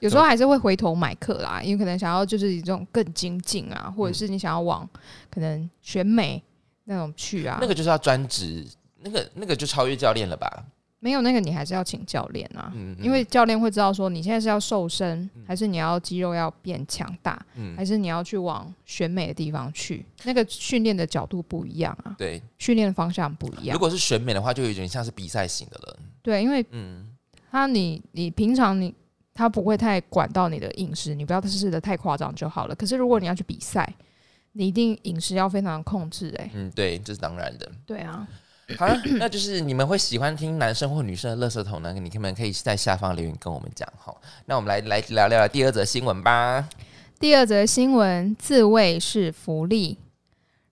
Speaker 2: 有时候还是会回头买课啦，因为可能想要就是这种更精进
Speaker 1: 嗯
Speaker 2: 啊，或者是你想要往可能选美那种去啊。
Speaker 1: 那个就是要专职，那个那个就超越教练了吧？
Speaker 2: 没有那个，你还是要请教练啊。
Speaker 1: 嗯，嗯
Speaker 2: 因为教练会知道说你现在是要瘦身，还是你要肌肉要变强大，
Speaker 1: 嗯
Speaker 2: 还是你要去往选美的地方去，那个训练的角度不一样啊，
Speaker 1: 对，
Speaker 2: 训练的方向不一
Speaker 1: 如
Speaker 2: 样。
Speaker 1: 果是选美的话，就有点像是比赛型的了。
Speaker 2: 对，因为
Speaker 1: 嗯，
Speaker 2: 他你你平常你他不会太管到你的饮食，你不要吃的太夸张就好了。可是如果你要去比赛，你一定饮食要非常控制、欸。哎，
Speaker 1: 嗯，对，这是当然的。
Speaker 2: 对啊，
Speaker 1: 好 了，那就是你们会喜欢听男生或女生的垃圾桶呢？你们可以在下方留言跟我们讲哈。那我们来来聊聊第二则新闻吧。
Speaker 2: 第二则新闻：自卫是福利。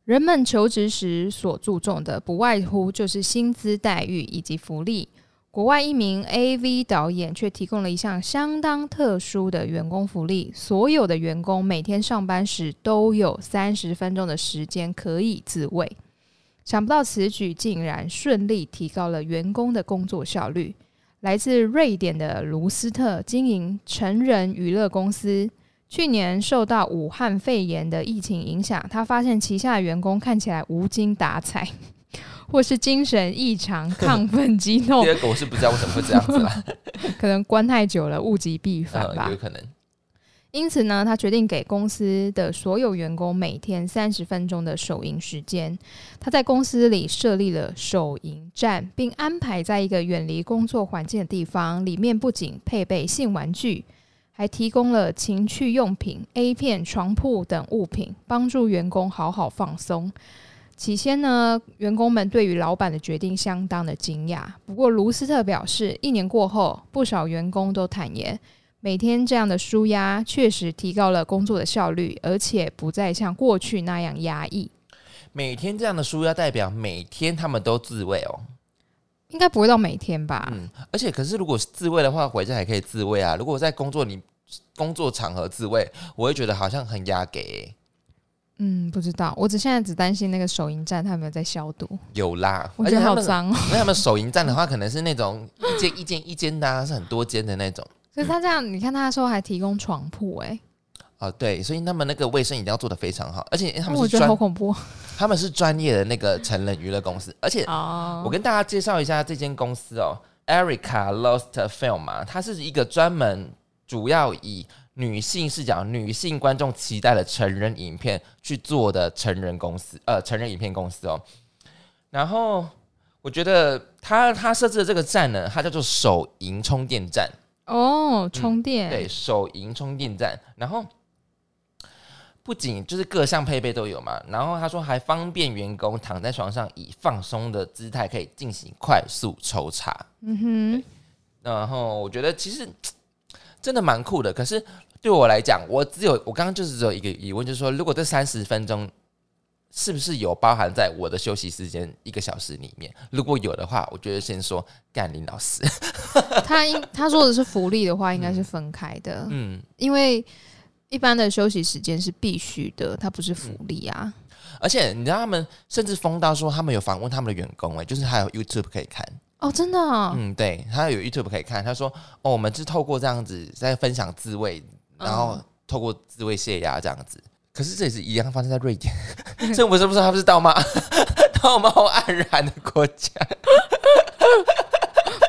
Speaker 2: 人们求职时所注重的，不外乎就是薪资待遇以及福利。国外一名 AV 导演却提供了一项相当特殊的员工福利：所有的员工每天上班时都有三十分钟的时间可以自慰。想不到此举竟然顺利提高了员工的工作效率。来自瑞典的卢斯特经营成人娱乐公司，去年受到武汉肺炎的疫情影响，他发现旗下的员工看起来无精打采，或是精神异常、亢奋、激动
Speaker 1: 第，二个我是不知道为什么会这样子 啦，
Speaker 2: 可能关太久了，物极必反吧。
Speaker 1: 嗯，有可能。
Speaker 2: 因此呢，他决定给公司的所有员工每天三十分钟的手淫时间。他在公司里设立了手淫站，并安排在一个远离工作环境的地方，里面不仅配备性玩具，还提供了情趣用品、A 片、床铺等物品，帮助员工好好放松。起先呢，员工们对于老板的决定相当的惊讶。不过，卢斯特表示，一年过后，不少员工都坦言，每天这样的舒压确实提高了工作的效率，而且不再像过去那样压抑。
Speaker 1: 每天这样的书要代表每天他们都自慰哦。
Speaker 2: 应该不会到每天吧？
Speaker 1: 嗯，而且可是如果是自慰的话，回家还可以自慰啊。如果在工作你工作场合自慰，我会觉得好像很压给、
Speaker 2: 嗯不知道。我只现在只担心那个手淫站他有没有在消毒，
Speaker 1: 有啦。
Speaker 2: 我觉
Speaker 1: 而
Speaker 2: 得好
Speaker 1: 且他们
Speaker 2: 脏哦。
Speaker 1: 那他们手淫站的话，可能是那种一间一间一间的、啊，是很多间的那种。
Speaker 2: 可是他这样，你看他说还提供床铺、欸，哎，
Speaker 1: 哦，对，所以他们那个卫生一定要做得非常好，而且他们
Speaker 2: 哦我
Speaker 1: 是
Speaker 2: 觉得好
Speaker 1: 专，
Speaker 2: 恐怖
Speaker 1: 他们是专业的那个成人娱乐公司，而且
Speaker 2: 哦。
Speaker 1: 我跟大家介绍一下这间公司哦，Erica Lost Film 啊，它是一个专门主要以女性视角、女性观众期待的成人影片去做的成人公司，呃，成人影片公司哦。然后我觉得它它设置的这个站呢，它叫做手淫充电站。
Speaker 2: 哦，充电、
Speaker 1: 嗯对，手淫充电站，然后不仅就是各项配备都有嘛，然后他说还方便员工躺在床上以放松的姿态可以进行快速抽查，
Speaker 2: 嗯
Speaker 1: 然后我觉得其实真的蛮酷的，可是对我来讲，我只有我刚刚就是只有一个疑问，就是说如果这三十分钟。是不是有包含在我的休息时间一个小时里面？如果有的话，我觉得先说干林老师。
Speaker 2: 哼，他应他说的是福利的话，应该是分开的，
Speaker 1: 嗯，
Speaker 2: 因为一般的休息时间是必须的，它不是福利啊。
Speaker 1: 而且你知道他们甚至疯到说他们有访问他们的员工哎、就是还有 YouTube 可以看，
Speaker 2: 哦，真的、哦，
Speaker 1: 嗯，对，他有 YouTube 可以看。他说哦，我们是透过这样子在分享自慰，然后
Speaker 2: 嗯
Speaker 1: 透过自慰泄压这样子。可是这也是一样发生在瑞 典，这我是不是他不是道貌 道貌岸然的国家？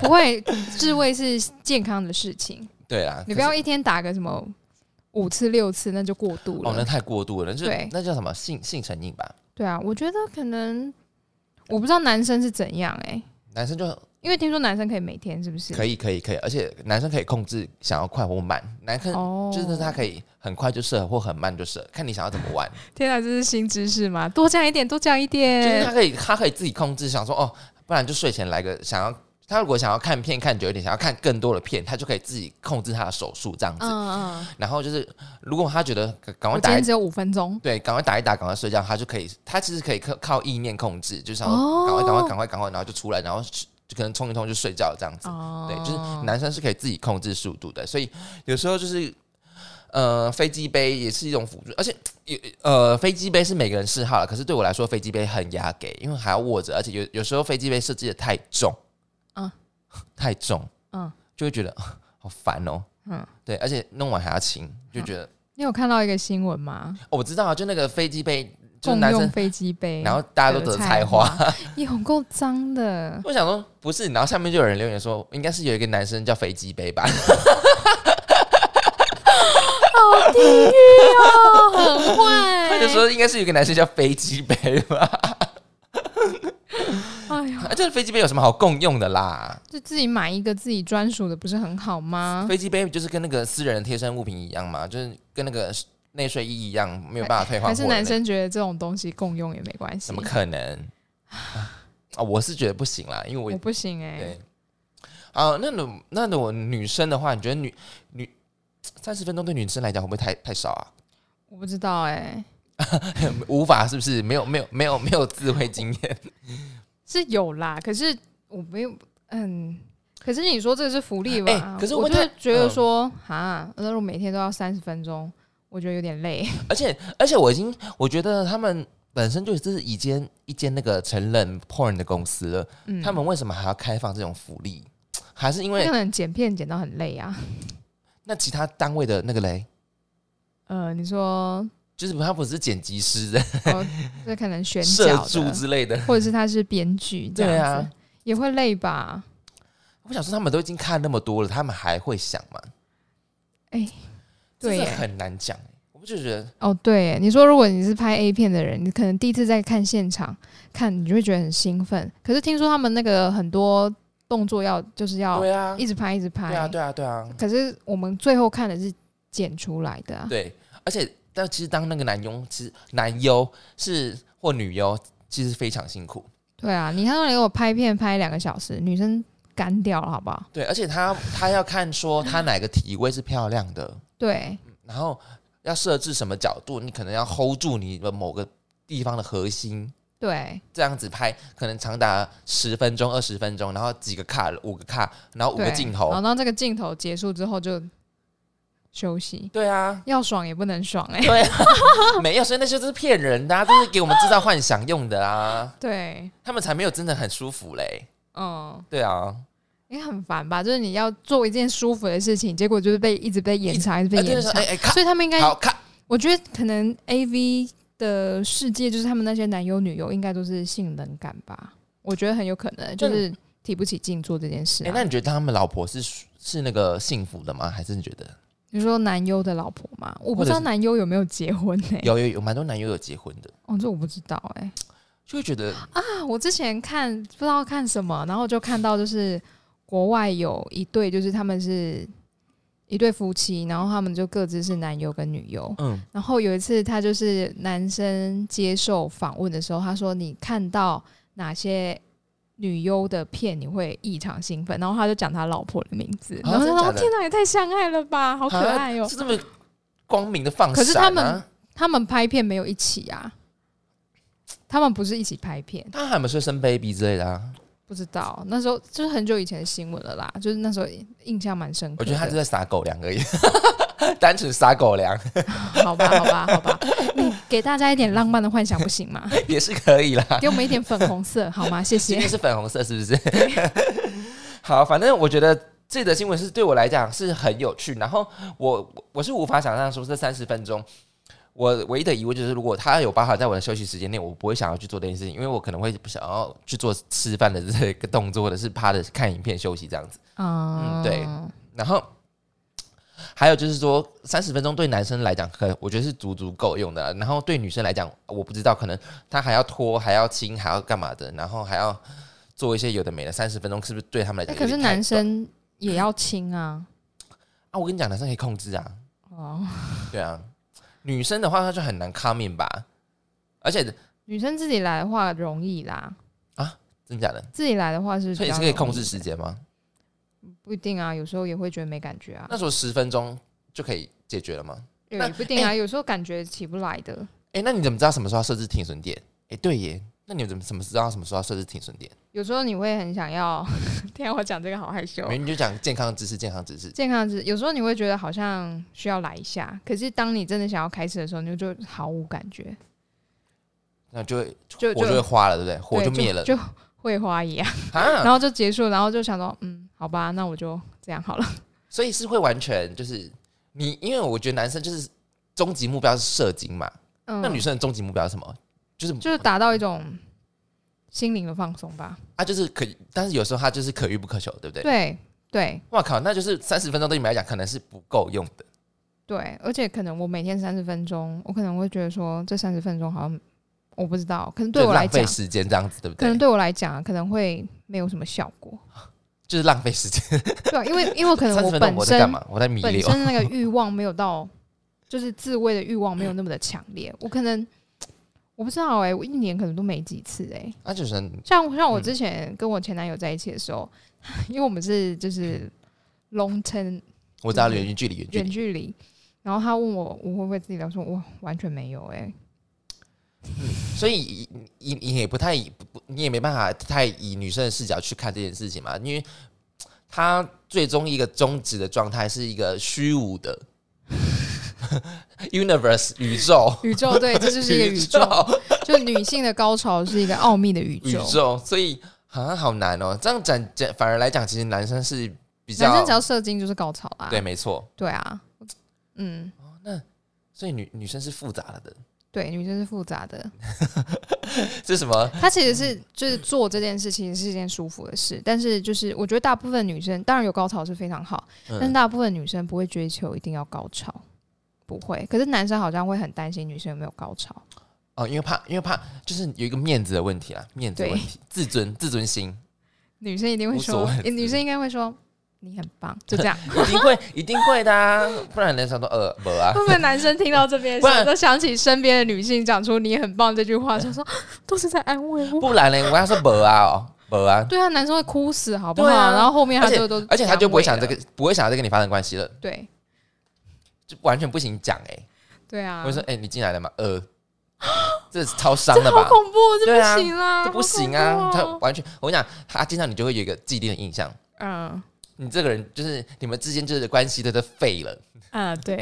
Speaker 2: 不会，自慰是健康的事情，
Speaker 1: 对啊，
Speaker 2: 你
Speaker 1: 可
Speaker 2: 不要
Speaker 1: 是
Speaker 2: 一天打个什么五次六次，那就过度
Speaker 1: 哦，那
Speaker 2: 了。
Speaker 1: 太过度了，那就
Speaker 2: 对
Speaker 1: 那叫什么性性成瘾吧？
Speaker 2: 对啊，我觉得可能我不知道男生是怎样哎、
Speaker 1: 男生就
Speaker 2: 因为听说男生可以每天是不是？
Speaker 1: 可
Speaker 2: 以
Speaker 1: 以可以可以，而且男生可以控制想要快或慢，男生嗯
Speaker 2: 哦，
Speaker 1: 就是他可以很快就射或很慢就射，看你想要怎么玩。
Speaker 2: 天啊哪，这是新知识吗？多讲一点，多讲一
Speaker 1: 就是他
Speaker 2: 点。
Speaker 1: 可以，他可以自己控制，想说哦，不然就睡前来个想要。他如果想要看片看久一点，想要看更多的片，他就可以自己控制他的手速这样子。
Speaker 2: 嗯嗯，
Speaker 1: 然后就是，如果他觉得赶赶
Speaker 2: 我
Speaker 1: 快
Speaker 2: 今
Speaker 1: 打
Speaker 2: 天
Speaker 1: 一
Speaker 2: 只有五分钟。
Speaker 1: 对，赶快打一打，赶快睡觉，他就可以，他其实可以靠靠意念控制，就想
Speaker 2: 哦
Speaker 1: 说赶快赶快赶快赶快，然后就出来，然后就可能冲一冲就睡觉这样子。
Speaker 2: 哦
Speaker 1: 对，就是男生是可以自己控制速度的，所以有时候就是，呃，飞机杯也是一种辅助，而且有呃，飞机杯是每个人嗜好了，可是对我来说，飞机杯很压给，因为还要握着，而且有有时候飞机杯设计的太重，
Speaker 2: 嗯
Speaker 1: 嗯， 太重，
Speaker 2: 嗯
Speaker 1: 嗯， 就会觉得啊好烦哦，
Speaker 2: 嗯
Speaker 1: 嗯， 对，而且弄完还要清，就觉得、
Speaker 2: 你有看到一个新闻吗？
Speaker 1: 哦，我知道啊，就那个飞机杯，就是
Speaker 2: 共
Speaker 1: 男
Speaker 2: 用
Speaker 1: 生，
Speaker 2: 飞机杯，
Speaker 1: 然后大家都得菜花。
Speaker 2: 也有够脏的。
Speaker 1: 我想说不是，然后下面就有人留言说，应该是有一个男生叫飞机杯吧，
Speaker 2: 好地狱哦，很坏。
Speaker 1: 他就说应该是有一个男生叫飞机杯吧。：“
Speaker 2: 哎呀，
Speaker 1: 啊，这飞机杯有什么好共用的啦？
Speaker 2: 就自己买一个自己专属的，不是很好吗
Speaker 1: 飞机杯就是跟那个私人的贴身物品一样嘛，就是跟那个内睡衣一样没有办法退换货
Speaker 2: 还
Speaker 1: 的
Speaker 2: 是
Speaker 1: 那
Speaker 2: 男生觉得这种东西共用也没关系？
Speaker 1: 怎么可能？啊、我是觉得不行啦，因为我
Speaker 2: 我不行哎、
Speaker 1: 对啊，那如那如果女生的话，你觉得女女三十分钟对女生来讲会不会太太少啊？
Speaker 2: 我不知道哎、
Speaker 1: 无法是不是？没有没有没有没有智慧经验，
Speaker 2: 是有啦，可是我没有，嗯，可是你说这个是福利吧？
Speaker 1: 哎可是
Speaker 2: 我
Speaker 1: 我嗯
Speaker 2: 就
Speaker 1: 太
Speaker 2: 是觉得说，啊、那如果每天都要三十分钟，我觉得有点累。
Speaker 1: 而且而且我已经我觉得他们本身就是一间一间那个成人 porn 的公司了，
Speaker 2: 嗯，
Speaker 1: 他们为什么还要开放这种福利？还是因
Speaker 2: 那
Speaker 1: 为
Speaker 2: 可能剪片剪到很累啊。
Speaker 1: 那其他单位的那个嘞，
Speaker 2: 呃，你说，
Speaker 1: 就是他不是剪辑师的、
Speaker 2: 哦，这可能选
Speaker 1: 摄
Speaker 2: 角
Speaker 1: 助
Speaker 2: 的，
Speaker 1: 之类的，
Speaker 2: 或者是他是编剧这
Speaker 1: 对
Speaker 2: 样子，
Speaker 1: 啊。
Speaker 2: 也会累吧？
Speaker 1: 我想说，他们都已经看那么多了，他们还会想吗？
Speaker 2: 哎对
Speaker 1: 这是
Speaker 2: 耶
Speaker 1: 很难讲耶。我就觉得
Speaker 2: 哦，对，你说如果你是拍 A 片的人，你可能第一次在看现场看，你就会觉得很兴奋。可是听说他们那个很多动作要就是要
Speaker 1: 对啊，
Speaker 2: 哦一直拍，一直拍，
Speaker 1: 对啊，对啊，对啊，
Speaker 2: 可是我们最后看的是剪出来的、啊，
Speaker 1: 对。而且，但其实当那个男优，其实男优是或女优，其实非常辛苦。
Speaker 2: 对啊，你看到你给我拍片拍两个小时，女生干掉了，好不好？
Speaker 1: 对，而且他他要看说他哪个体位是漂亮的，
Speaker 2: 对，
Speaker 1: 然后要设置什么角度，你可能要 hold 住你的某个地方的核心，
Speaker 2: 对，
Speaker 1: 这样子拍可能长达十分钟、二十分钟，然后几个卡，五个卡，然后五
Speaker 2: 对，
Speaker 1: 个镜头
Speaker 2: 然后，当这个镜头结束之后就休息，
Speaker 1: 对 啊，
Speaker 2: 要爽也不能爽哎、
Speaker 1: 对啊，没有，所以那些都是骗人的、啊，都是给我们制造幻想用的啊，
Speaker 2: 对，
Speaker 1: 他们才没有真的很舒服嘞。
Speaker 2: 嗯，
Speaker 1: 对啊，
Speaker 2: 也很烦吧？就是你要做一件舒服的事情，结果就是被一直被延长，一直被
Speaker 1: 哎，真
Speaker 2: 延
Speaker 1: 的是
Speaker 2: 长，
Speaker 1: 哎哎，卡
Speaker 2: 所以他们应该，
Speaker 1: 好卡，
Speaker 2: 我觉得可能 A V 的世界就是他们那些男优女优应该都是性冷感吧？我觉得很有可能就是提不起劲做这件事、啊。
Speaker 1: 哎，那你觉得他们老婆是是那个幸福的吗？还是你觉得
Speaker 2: 你说男优的老婆吗？我
Speaker 1: 或
Speaker 2: 不知
Speaker 1: 者
Speaker 2: 道
Speaker 1: 是
Speaker 2: 男优有没有结婚呢、
Speaker 1: 有有有蛮多男友有结婚的，
Speaker 2: 哦，这我不知道哎、
Speaker 1: 就会觉得
Speaker 2: 啊，我之前看不知道看什么，然后就看到就是国外有一对，就是他们是一对夫妻，然后他们就各自是男优跟女优。
Speaker 1: 嗯，
Speaker 2: 然后有一次，他就是男生接受访问的时候，他说：“你看到哪些女优的片你会异常兴奋？”然后他就讲他老婆的名字，
Speaker 1: 啊
Speaker 2: 然后
Speaker 1: 真
Speaker 2: 他
Speaker 1: 的
Speaker 2: 说：“
Speaker 1: 假
Speaker 2: 哦
Speaker 1: 的
Speaker 2: 天哪，也太相爱了吧，好可
Speaker 1: 啊
Speaker 2: 爱哟、
Speaker 1: 是这么光明的放闪啊、
Speaker 2: 可是他们他们拍片没有一起啊，他们不是一起拍片，
Speaker 1: 他还没说生 baby 之类的啊，
Speaker 2: 不知道那时候就是很久以前的新闻了啦，就是那时候印象蛮深刻
Speaker 1: 我
Speaker 2: 的。
Speaker 1: 觉得他是在撒狗粮而已， 单纯撒狗 粮
Speaker 2: 好吧，好吧，好吧，你给大家一点浪漫的幻想不行 吗？
Speaker 1: 也是可以啦。
Speaker 2: 给我们一点粉红色好吗？谢
Speaker 1: 今
Speaker 2: 谢
Speaker 1: 天。是粉红色，是不是？ 好，反正我觉得这则新闻是对我来讲是很有趣，然后我我是无法想象说这三十分钟。我唯一的疑问就是，如果他有包含在我的休息时间内，我不会想要去做这件事情，因为我可能会不想要去做吃饭的这个动作，或者是趴着看影片休息这样子。嗯
Speaker 2: 嗯
Speaker 1: 对然后还有就是说，三十分钟对男生来讲，可我觉得是足足够用的。然后对女生来讲，我不知道，可能她还要拖，还要亲，还要干嘛的，然后还要做一些有的没的。三十分钟是不是对他们来讲
Speaker 2: 那哎可
Speaker 1: 有
Speaker 2: 是
Speaker 1: 点太短？
Speaker 2: 男生也要亲啊。
Speaker 1: 啊，我跟你讲，男生可以控制啊，
Speaker 2: 哦，
Speaker 1: 对啊。女生的话，她就很难 coming 吧？而且
Speaker 2: 女生自己来的话容易啦，
Speaker 1: 真假的，
Speaker 2: 自己来的话是比
Speaker 1: 所以
Speaker 2: 较
Speaker 1: 是可以
Speaker 2: 容易
Speaker 1: 控制时间吗？
Speaker 2: 不一定啊，有时候也会觉得没感觉啊
Speaker 1: 那，时候十分钟就可以解决了吗？
Speaker 2: 对
Speaker 1: 那
Speaker 2: 也不一定啊，有时候感觉起不来的。
Speaker 1: 诶，那你怎么知道什么时候要设置停损点？诶，对耶，那你怎么怎么知道什么时候要设置停损点？
Speaker 2: 有时候你会很想要，天、啊，我讲这个好害羞
Speaker 1: 没，。你就讲健康知识，健康知识。
Speaker 2: 健康是有时候你会觉得好像需要来一下，可是当你真的想要开始的时候，你就就毫无感觉，
Speaker 1: 那就会
Speaker 2: 就
Speaker 1: 火就会花了，对不对？火
Speaker 2: 对
Speaker 1: 就灭了
Speaker 2: 就会花一样， 然
Speaker 1: 啊！
Speaker 2: 后就结束，然后就想到，嗯，好吧，那我就这样好了。
Speaker 1: 所以是会完全就是你，因为我觉得男生就是终极目标是射精嘛，
Speaker 2: 嗯，
Speaker 1: 那女生的终极目标是什么？就是
Speaker 2: 就是达到一种心灵的放松吧。
Speaker 1: 啊，就是可以，但是有时候他就是可遇不可求，对不对？
Speaker 2: 对对
Speaker 1: 哇靠，那就是三十分钟对你们来讲可能是不够用的，
Speaker 2: 对，而且可能我每天三十分钟，我可能会觉得说这三十分钟好像我不知道，可能对
Speaker 1: 就
Speaker 2: 我来
Speaker 1: 浪
Speaker 2: 讲
Speaker 1: 费，时间这样子，对不
Speaker 2: 可能
Speaker 1: 对？
Speaker 2: 对我来讲可能会没有什么效果。
Speaker 1: 就是浪费时间。
Speaker 2: 对啊，因为因为可
Speaker 1: 三
Speaker 2: 能
Speaker 1: 十
Speaker 2: 我
Speaker 1: 分钟
Speaker 2: 本
Speaker 1: 我在
Speaker 2: 身
Speaker 1: 干嘛？我在弥
Speaker 2: 本
Speaker 1: 留。
Speaker 2: 身那个欲望没有到就是自慰的欲望没有那么的强烈。我可能我不知道哎、我一年可能都没几次哎、
Speaker 1: 那啊就是
Speaker 2: 像像我
Speaker 1: 嗯
Speaker 2: 之前跟我前男友在一起的时候， 因为我们是就是龙城
Speaker 1: 我知
Speaker 2: 嗯
Speaker 1: 道远距离，远距
Speaker 2: 远
Speaker 1: 离，
Speaker 2: 距离，然后他问我我会不会自己聊，我说我完全没有哎、
Speaker 1: 所以以你你也不太以不你也没办法太以女生的视角去看这件事情嘛，因为她最终一个终止的状态是一个虚无的 universe 宇宙
Speaker 2: 宇宙对，这就是一个宇宙，就女性的高潮是一个奥秘的宇
Speaker 1: 宇
Speaker 2: 宙。
Speaker 1: 宙，所以好像好难哦。这样讲讲反而来讲，其实男生是比较
Speaker 2: 男生只要射精就是高潮
Speaker 1: 哦
Speaker 2: 啦，
Speaker 1: 对，没错。
Speaker 2: 对啊，嗯，
Speaker 1: 所以女女生是复杂了的，
Speaker 2: 对，女生是复杂 的，
Speaker 1: 这是什么？
Speaker 2: 她其实是就是做这件事情是一件舒服的事，但是就是我觉得大部分女生当然有高潮是非常好，但是
Speaker 1: 嗯，
Speaker 2: 大部分女生不会追求一定要高潮，不会。可是男生好像会很担心女生有没有高潮，
Speaker 1: 哦，因为怕，因为怕，就是有一个面子的问题啦，面子的
Speaker 2: 对
Speaker 1: 问题，自尊、自尊心，
Speaker 2: 女生一定会
Speaker 1: 无
Speaker 2: 说，
Speaker 1: 所谓
Speaker 2: 诶女生应该会说你很棒，就这样。
Speaker 1: 一定会，一定会的、啊，不然人家说呃，没啊，
Speaker 2: 会不会男生听到这边的时
Speaker 1: 不
Speaker 2: 候，
Speaker 1: 然
Speaker 2: 都想起身边的女性讲出“你很棒”这句话，就说都是在安慰我。
Speaker 1: 不然呢，我跟他说没啊，哦，没啊，
Speaker 2: 对啊，男生会哭死，好不好？
Speaker 1: 对啊
Speaker 2: 然后后面他就都
Speaker 1: 而且他就不会
Speaker 2: 安
Speaker 1: 想
Speaker 2: 慰
Speaker 1: 这
Speaker 2: 了
Speaker 1: 个，不会想再跟你发生关系了，
Speaker 2: 对
Speaker 1: 就完全不行讲哎、
Speaker 2: 对啊，
Speaker 1: 我就说哎、你进来了吗？呃，这是超伤
Speaker 2: 这
Speaker 1: 的
Speaker 2: 好
Speaker 1: 吧？
Speaker 2: 恐怖，这
Speaker 1: 对啊
Speaker 2: 不行啦，
Speaker 1: 这不
Speaker 2: 好
Speaker 1: 行啊！
Speaker 2: 恐怖
Speaker 1: 他
Speaker 2: 哦
Speaker 1: 完全，我跟你讲，他见到你就会有一个既定的印象，
Speaker 2: 嗯
Speaker 1: 你这个人就是你们之间就是关系都都废了。
Speaker 2: 啊，对。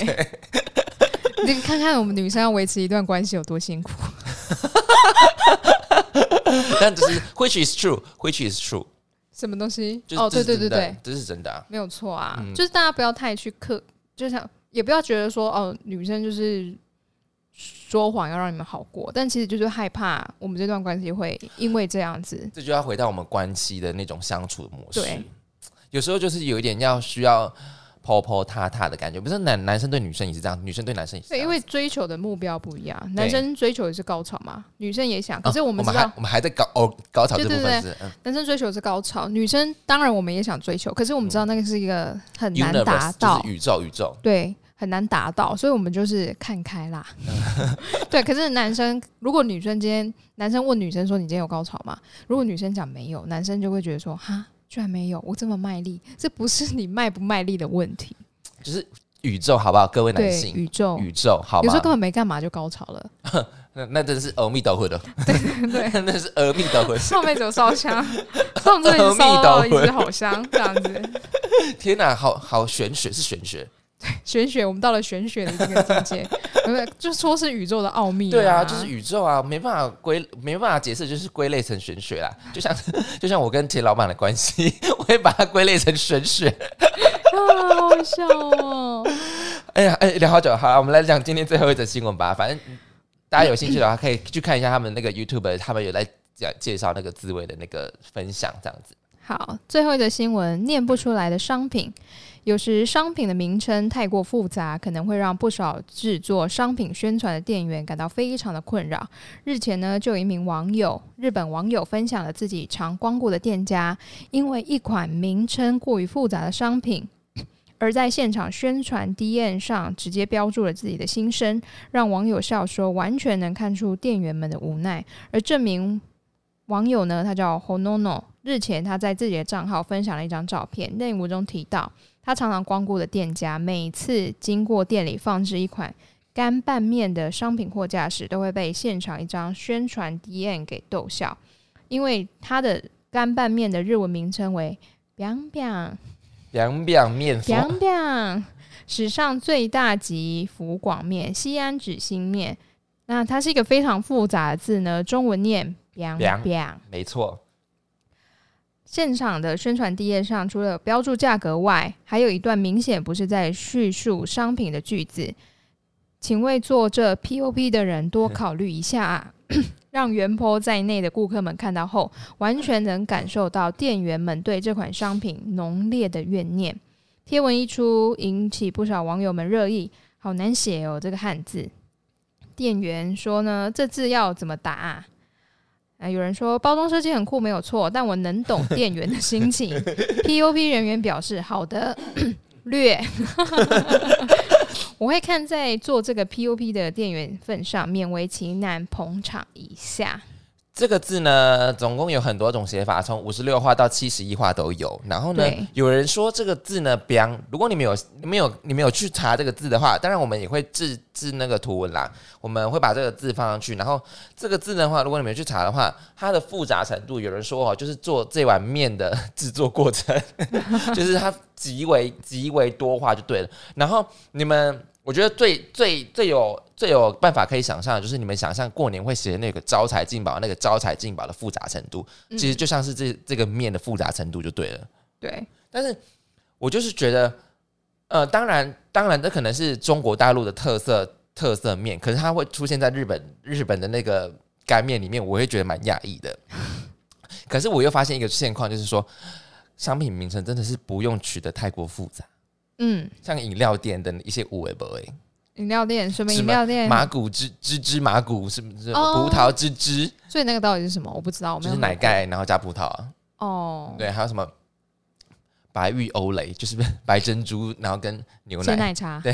Speaker 2: 你看看我们女生要维持一段关系有多辛苦，
Speaker 1: 但只是 which is true，which is true，
Speaker 2: 什么东西？
Speaker 1: 就是
Speaker 2: 哦，
Speaker 1: 这
Speaker 2: 对
Speaker 1: 是真
Speaker 2: 对对
Speaker 1: 的
Speaker 2: 对，，
Speaker 1: 这是真的啊。
Speaker 2: 没有错啊，
Speaker 1: 嗯
Speaker 2: 就是大家不要太去刻，就像也不要觉得说哦，女生就是说谎要让你们好过，但其实就是害怕我们这段关系会因为这样子，
Speaker 1: 这就要回到我们关系的那种相处的模式
Speaker 2: 对。
Speaker 1: 有时候就是有一点要需要抛抛踏踏的感觉，不是男男生对女生也是这样，女生对男生也是啊这
Speaker 2: 对，
Speaker 1: 样。
Speaker 2: 因为追求的目标不一样，男生追求的是高潮嘛，女生也想，
Speaker 1: 啊
Speaker 2: 可是我们知道、
Speaker 1: 还我们还在搞哦高潮这
Speaker 2: 对
Speaker 1: 部
Speaker 2: 对
Speaker 1: 分是嗯
Speaker 2: 男生追求的是高潮，女生当然我们也想追求，可是我们知道那个是一个很难
Speaker 1: universe
Speaker 2: 达到
Speaker 1: 嗯就，是宇宙宇宙。
Speaker 2: 对，很难达到，所以我们就是看开啦。 对，可是男生，如果女生今天男生问女生说你今天有高潮吗？如果女生讲没有，男生就会觉得说哈，居然没有，我这么卖力，这不是你卖不卖力的问题，
Speaker 1: 就是宇宙，好不好？各位男
Speaker 2: 对，
Speaker 1: 性，
Speaker 2: 宇宙。
Speaker 1: 宇宙，好
Speaker 2: 有时候根
Speaker 1: 吗？
Speaker 2: 本没干嘛就高潮了，
Speaker 1: 那那真是阿弥陀佛的，
Speaker 2: 对，
Speaker 1: 那是阿弥陀佛。
Speaker 2: 上辈子有烧香，上辈子烧到一支好香，这样子。
Speaker 1: 天哪，好好玄学，是玄学。
Speaker 2: 玄学，我们到了玄学的这个境界， 呃就说是宇宙的奥秘。
Speaker 1: 对啊，就是宇宙啊，没办法归，没办法解释，就是归类成玄学啦。就像就像我跟钱老板的关系， 我也把它归类成玄学。
Speaker 2: 啊，好好笑哦。
Speaker 1: 哎呀，哎，聊好久，好了，我们来讲今天最后一则新闻吧。反正大家有兴趣的话，可以去看一下他们那个 YouTube，他们有在讲介绍那个滋味的那个分享，这样子。
Speaker 2: 好，最后一则新闻，念不出来的商品。有时商品的名称太过复杂，可能会让不少制作商品宣传的店员感到非常的困扰。日前呢，就有一名网友，日本网友分享了自己常光顾的店家，因为一款名称过于复杂的商品。 而在现场宣传 DM 上直接标注了自己的心声，让网友笑说，完全能看出店员们的无奈。而这名网友呢，他叫 Honono，日前他在自己的账号分享了一张照片，内文中提到，他常常光顾的店家，每次经过店里放置一款干拌面的商品货架时，都会被现场一张宣传 DM 给逗笑，因为他的干拌面的日文名称为 “biang biang”。
Speaker 1: 凉凉面佛，
Speaker 2: biang biang，史上最大级福广面、西安纸心面。那它是一个非常复杂的字呢，中文念 biang
Speaker 1: biang
Speaker 2: biang。
Speaker 1: 没错。
Speaker 2: 现场的宣传地页上，除了有标注价格外，还有一段明显不是在叙述商品的句子。请为做这 POP 的人多考虑一下、啊， 让原坡在内的顾客们看到后，完全能感受到店员们对这款商品浓烈的怨念。贴文一出，引起不少网友们热议。好难写哦，这个汉字。店员说呢，这字要怎么打、啊？呃，有人说包装设计很酷，没有错，但我能 懂店员的心情。POP 人员表示好的，略。 我会看在做这个 POP 的店员份上，勉为其难捧场一下。
Speaker 1: 这个字呢，总共有很多种写法，从五十六画到七十一画都有。然后呢
Speaker 2: 对，
Speaker 1: 有人说这个字呢 b 如果你们有、你们有、你们有去查这个字的话，当然我们也会制制那个图文啦，我们会把这个字放上去。然后这个字的话，如果你们有去查的话，它的复杂程度，有人说哦，就是做这碗面的制作过程， 就是它极为极为多话就对了。然后你们，我觉得最最最有最有办法可以想象，的就是你们想象过年会写那个招财进宝，那个招财进宝的复杂程度，
Speaker 2: 嗯
Speaker 1: 其实就像是这这个面的复杂程度就对了。
Speaker 2: 对，
Speaker 1: 但是我就是觉得，呃，当然，当然，这可能是中国大陆的特色特色面，可是它会出现在日本日本的那个干面里面，我会觉得蛮讶异的。可是我又发现一个现况，就是说，商品名称真的是不用取得太过复杂，
Speaker 2: 嗯，
Speaker 1: 像饮料店的一些五味不味，
Speaker 2: 饮料店什么
Speaker 1: 什
Speaker 2: 饮
Speaker 1: 么
Speaker 2: 料店？
Speaker 1: 麻古芝芝芝麻古是不是
Speaker 2: 哦
Speaker 1: 葡萄芝芝，
Speaker 2: 所以那个到底是什么？我不知道，我没
Speaker 1: 就
Speaker 2: 有
Speaker 1: 是
Speaker 2: 喝
Speaker 1: 奶
Speaker 2: 过
Speaker 1: 盖然后加葡萄啊、
Speaker 2: 哦，
Speaker 1: 对，还有什么白玉欧蕾，就是 白珍珠，然后跟牛奶
Speaker 2: 鲜奶茶，
Speaker 1: 对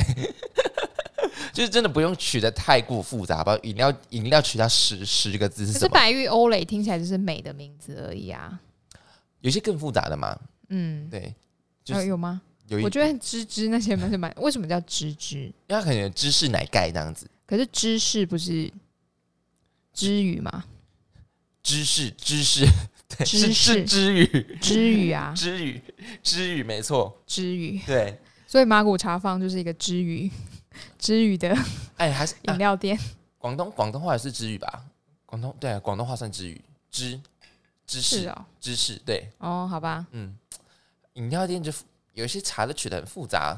Speaker 1: 就是真的不用取得太过复杂吧？饮料饮料取到十十个字是什
Speaker 2: 可是
Speaker 1: 么？
Speaker 2: 白玉欧蕾听起来就是美的名字而已啊。
Speaker 1: 有些更复杂的嘛，
Speaker 2: 嗯，
Speaker 1: 对，就
Speaker 2: 有
Speaker 1: 是
Speaker 2: 有吗？
Speaker 1: 有一，
Speaker 2: 我觉得芝芝那些蛮是蛮，为什么叫芝芝？
Speaker 1: 因为它可能有芝士奶盖那样子，
Speaker 2: 可是芝士不是知语吗？
Speaker 1: 芝士芝士，对，
Speaker 2: 芝
Speaker 1: 是
Speaker 2: 士
Speaker 1: 是芝语
Speaker 2: 知 语啊，
Speaker 1: 芝语芝语，没错，
Speaker 2: 知语。
Speaker 1: 对，
Speaker 2: 所以马古茶坊就是一个知语， 知语的
Speaker 1: 哎，还是
Speaker 2: 饮
Speaker 1: 啊
Speaker 2: 料 店。
Speaker 1: 广东广东话也是芝语吧？广东对啊，广东话算芝语，芝芝
Speaker 2: 是
Speaker 1: 士
Speaker 2: 哦，
Speaker 1: 芝士，对，
Speaker 2: 哦，好吧，
Speaker 1: 嗯，饮料店就复有一些茶都取得很复杂，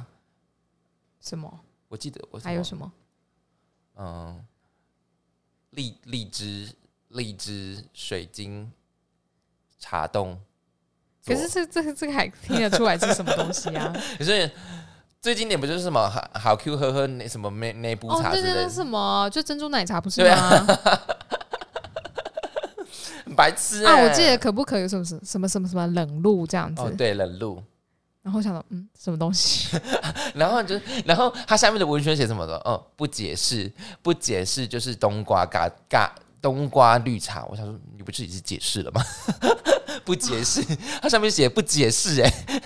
Speaker 2: 什么？
Speaker 1: 我记得我
Speaker 2: 还有
Speaker 1: 么
Speaker 2: 什么？
Speaker 1: 嗯，荔荔枝、荔枝水晶茶冻。
Speaker 2: 可是这这这个还听得出来是什么东西 啊？
Speaker 1: 可是最经典不就是什么好好 Q 喝喝那什么那那部
Speaker 2: 哦，
Speaker 1: 茶
Speaker 2: 对
Speaker 1: 之
Speaker 2: 对
Speaker 1: 类
Speaker 2: 对，
Speaker 1: 的，
Speaker 2: 什么？就珍珠奶茶不是
Speaker 1: 对啊
Speaker 2: 吗？
Speaker 1: 很白痴
Speaker 2: 啊，
Speaker 1: 欸
Speaker 2: 我记得可不可有什么什什么什么什么冷露这样子
Speaker 1: 哦，，对冷露，
Speaker 2: 然后我想到嗯，什么东西？
Speaker 1: 然后就是然后它下面的文宣写什么的，嗯，不解释不解释就是冬瓜嘎嘎。冬瓜绿茶，我想说，你不是已经解释了吗？ 不解释，它上面写不解释、欸，哎，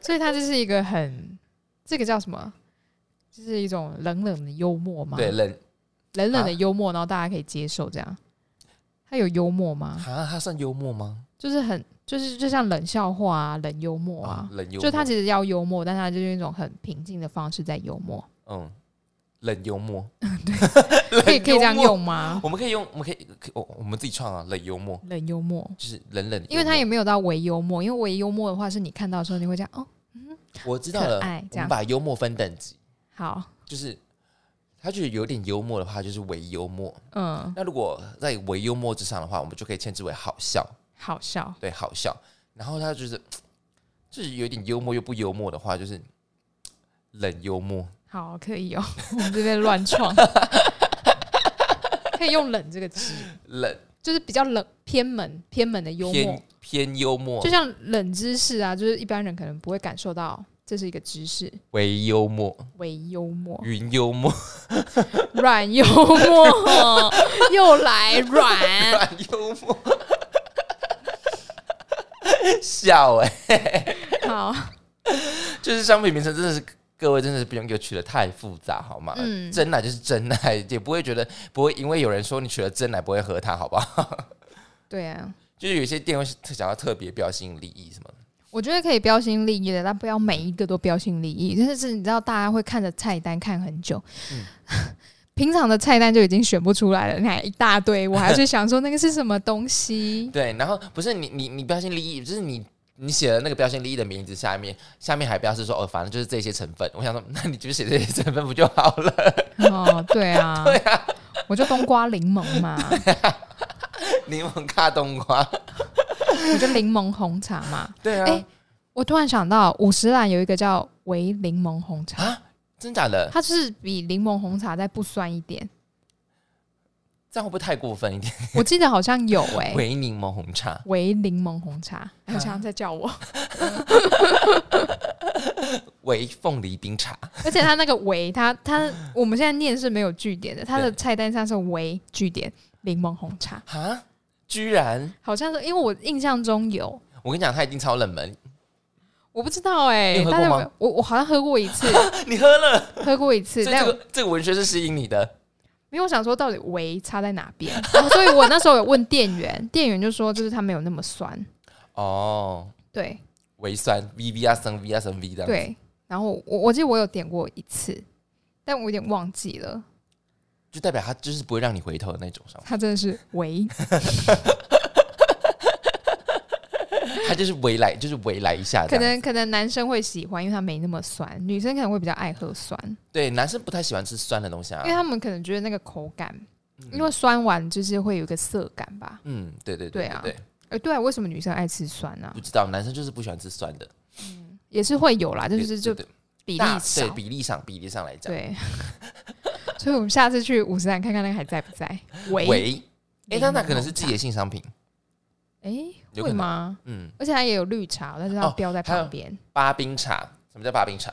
Speaker 2: 所以它就是一个很这个叫什么？就是一种冷冷的幽默嘛，
Speaker 1: 对，冷
Speaker 2: 冷
Speaker 1: 啊
Speaker 2: 冷的幽默，然后大家可以接受这样。它有幽默吗？
Speaker 1: 啊，它算幽默吗？
Speaker 2: 就是很就是就像冷笑话啊，冷幽默
Speaker 1: 啊，，
Speaker 2: 啊
Speaker 1: 冷幽默，
Speaker 2: 就它其实要幽默，但它就是一种很平静的方式在幽 默，
Speaker 1: 嗯，冷幽默，
Speaker 2: 可以可以这样
Speaker 1: 冷幽默
Speaker 2: 用吗？
Speaker 1: 我们可以用，我们可以，可以哦，我们自己创啊，冷幽默
Speaker 2: 冷幽默，
Speaker 1: 就是冷冷幽默，
Speaker 2: 因为它也没有到唯幽默，因为唯幽默的话是你看到的时候你会这样哦，
Speaker 1: 我知道了，
Speaker 2: 可爱
Speaker 1: 我
Speaker 2: 这
Speaker 1: 们
Speaker 2: 样
Speaker 1: 把幽默分等级，
Speaker 2: 好，
Speaker 1: 就是他觉得有点幽默的话，就是伪幽默；
Speaker 2: 嗯，
Speaker 1: 那如果在伪幽默之上的话，我们就可以称之为好笑，
Speaker 2: 好笑，
Speaker 1: 对，好笑。然后他就是就是有点幽默又不幽默的话，就是冷幽默。
Speaker 2: 好可以哦， 我们这边 乱创，可以用冷这个词，
Speaker 1: 冷
Speaker 2: 就是比较冷偏门偏门的幽默
Speaker 1: 偏，偏幽默
Speaker 2: 就，像冷知识啊，就是一般人可能不会感受到这是一个知识，
Speaker 1: 伪幽默，
Speaker 2: 唯幽默。
Speaker 1: 云幽默，
Speaker 2: 软幽默， 又来软，
Speaker 1: 软幽默， 笑哎、
Speaker 2: 好，
Speaker 1: 就是商品名称真的是各位真的是不用给我取得太复杂好吗？
Speaker 2: 嗯
Speaker 1: 真奶就是真奶，也不会觉得不会因为有人说你取了真奶不会喝它，好不好？
Speaker 2: 对啊，
Speaker 1: 就是有一些店会想要特别标新立异什么的，。
Speaker 2: 我觉得可以标新立异的，但不要每一个都标新立异，但是你知道大家会看着菜单看很久。 平常的菜单就已经选不出来了，你还一大堆，我还去想说那个是什么东西
Speaker 1: 对。然后不是你你你标新立异，就是你。你写了那个标新立异的名字，下面下面还标示说哦，反正就是这些成分。我想说，那你就写这些成分不就好了？
Speaker 2: 哦，对啊， 对啊，我就冬瓜柠檬嘛，
Speaker 1: 柠檬咖冬瓜，
Speaker 2: 我就柠檬红茶嘛。
Speaker 1: 对啊，
Speaker 2: 哎我突然想到，五十兰有一个叫维柠檬红茶，
Speaker 1: 啊，真假的？
Speaker 2: 它就是比柠檬红茶再不酸一点。
Speaker 1: 这样会不会太过分一点？
Speaker 2: 我记得好像 有哎、
Speaker 1: 维柠檬红茶，
Speaker 2: 维柠檬红茶，好像在叫我。
Speaker 1: 为凤梨冰茶，
Speaker 2: 而且它那个维，它它我们现在念是没有句点的，它的菜单上是维句点柠檬红茶，
Speaker 1: 哈，居然！
Speaker 2: 好像是因为我印象中有，
Speaker 1: 我跟你讲，它一定超冷门。
Speaker 2: 我不知道哎、
Speaker 1: 你有喝
Speaker 2: 大家有
Speaker 1: 过
Speaker 2: 没
Speaker 1: 吗
Speaker 2: 有？我我好像喝过一次，
Speaker 1: 你喝了，
Speaker 2: 喝过一 次，
Speaker 1: 所以
Speaker 2: 但
Speaker 1: 这
Speaker 2: 我
Speaker 1: 个这个文学是吸引你的。
Speaker 2: 没有想说到底维差在哪边，然后所以我那时候有问店员，店员就说就是它没有那么酸，
Speaker 1: 哦，
Speaker 2: 对
Speaker 1: 微酸 V V 啊升 V 啊升 V 这样。，
Speaker 2: 对。然后我我记得我有点过一次，但我有点忘记了，
Speaker 1: 就代表它就是不会让你回头的那种商品，
Speaker 2: 它真 的是维，
Speaker 1: 它就是围来，就是围来一下这
Speaker 2: 可
Speaker 1: 样。
Speaker 2: 能可能男生会喜欢，因为它没那么酸，女生可能会比较爱喝酸，
Speaker 1: 对男生不太喜欢吃酸的东西啊
Speaker 2: 因为。他们可能觉得那个口感，
Speaker 1: 嗯
Speaker 2: 因为酸完就是会有一个涩感吧。
Speaker 1: 嗯，对对
Speaker 2: 对
Speaker 1: 对
Speaker 2: 啊
Speaker 1: 对，
Speaker 2: 哎，对啊，为什么女生爱吃酸呢、
Speaker 1: 不知道男生就是不喜欢吃酸的，
Speaker 2: 也是会有啦，就是就
Speaker 1: 对对
Speaker 2: 比
Speaker 1: 大
Speaker 2: 例
Speaker 1: 对
Speaker 2: 少，
Speaker 1: 比例上比例上来讲，
Speaker 2: 对。 所以我们下次去五十兰看看那个还在不在。喂，哎、
Speaker 1: 喂，哎，那那可能是季节性商品，有可
Speaker 2: 会
Speaker 1: 能
Speaker 2: 吗？
Speaker 1: 嗯，
Speaker 2: 而且它也有绿茶，但是它
Speaker 1: 哦
Speaker 2: 标在旁边，
Speaker 1: 八冰茶，什么叫八冰茶？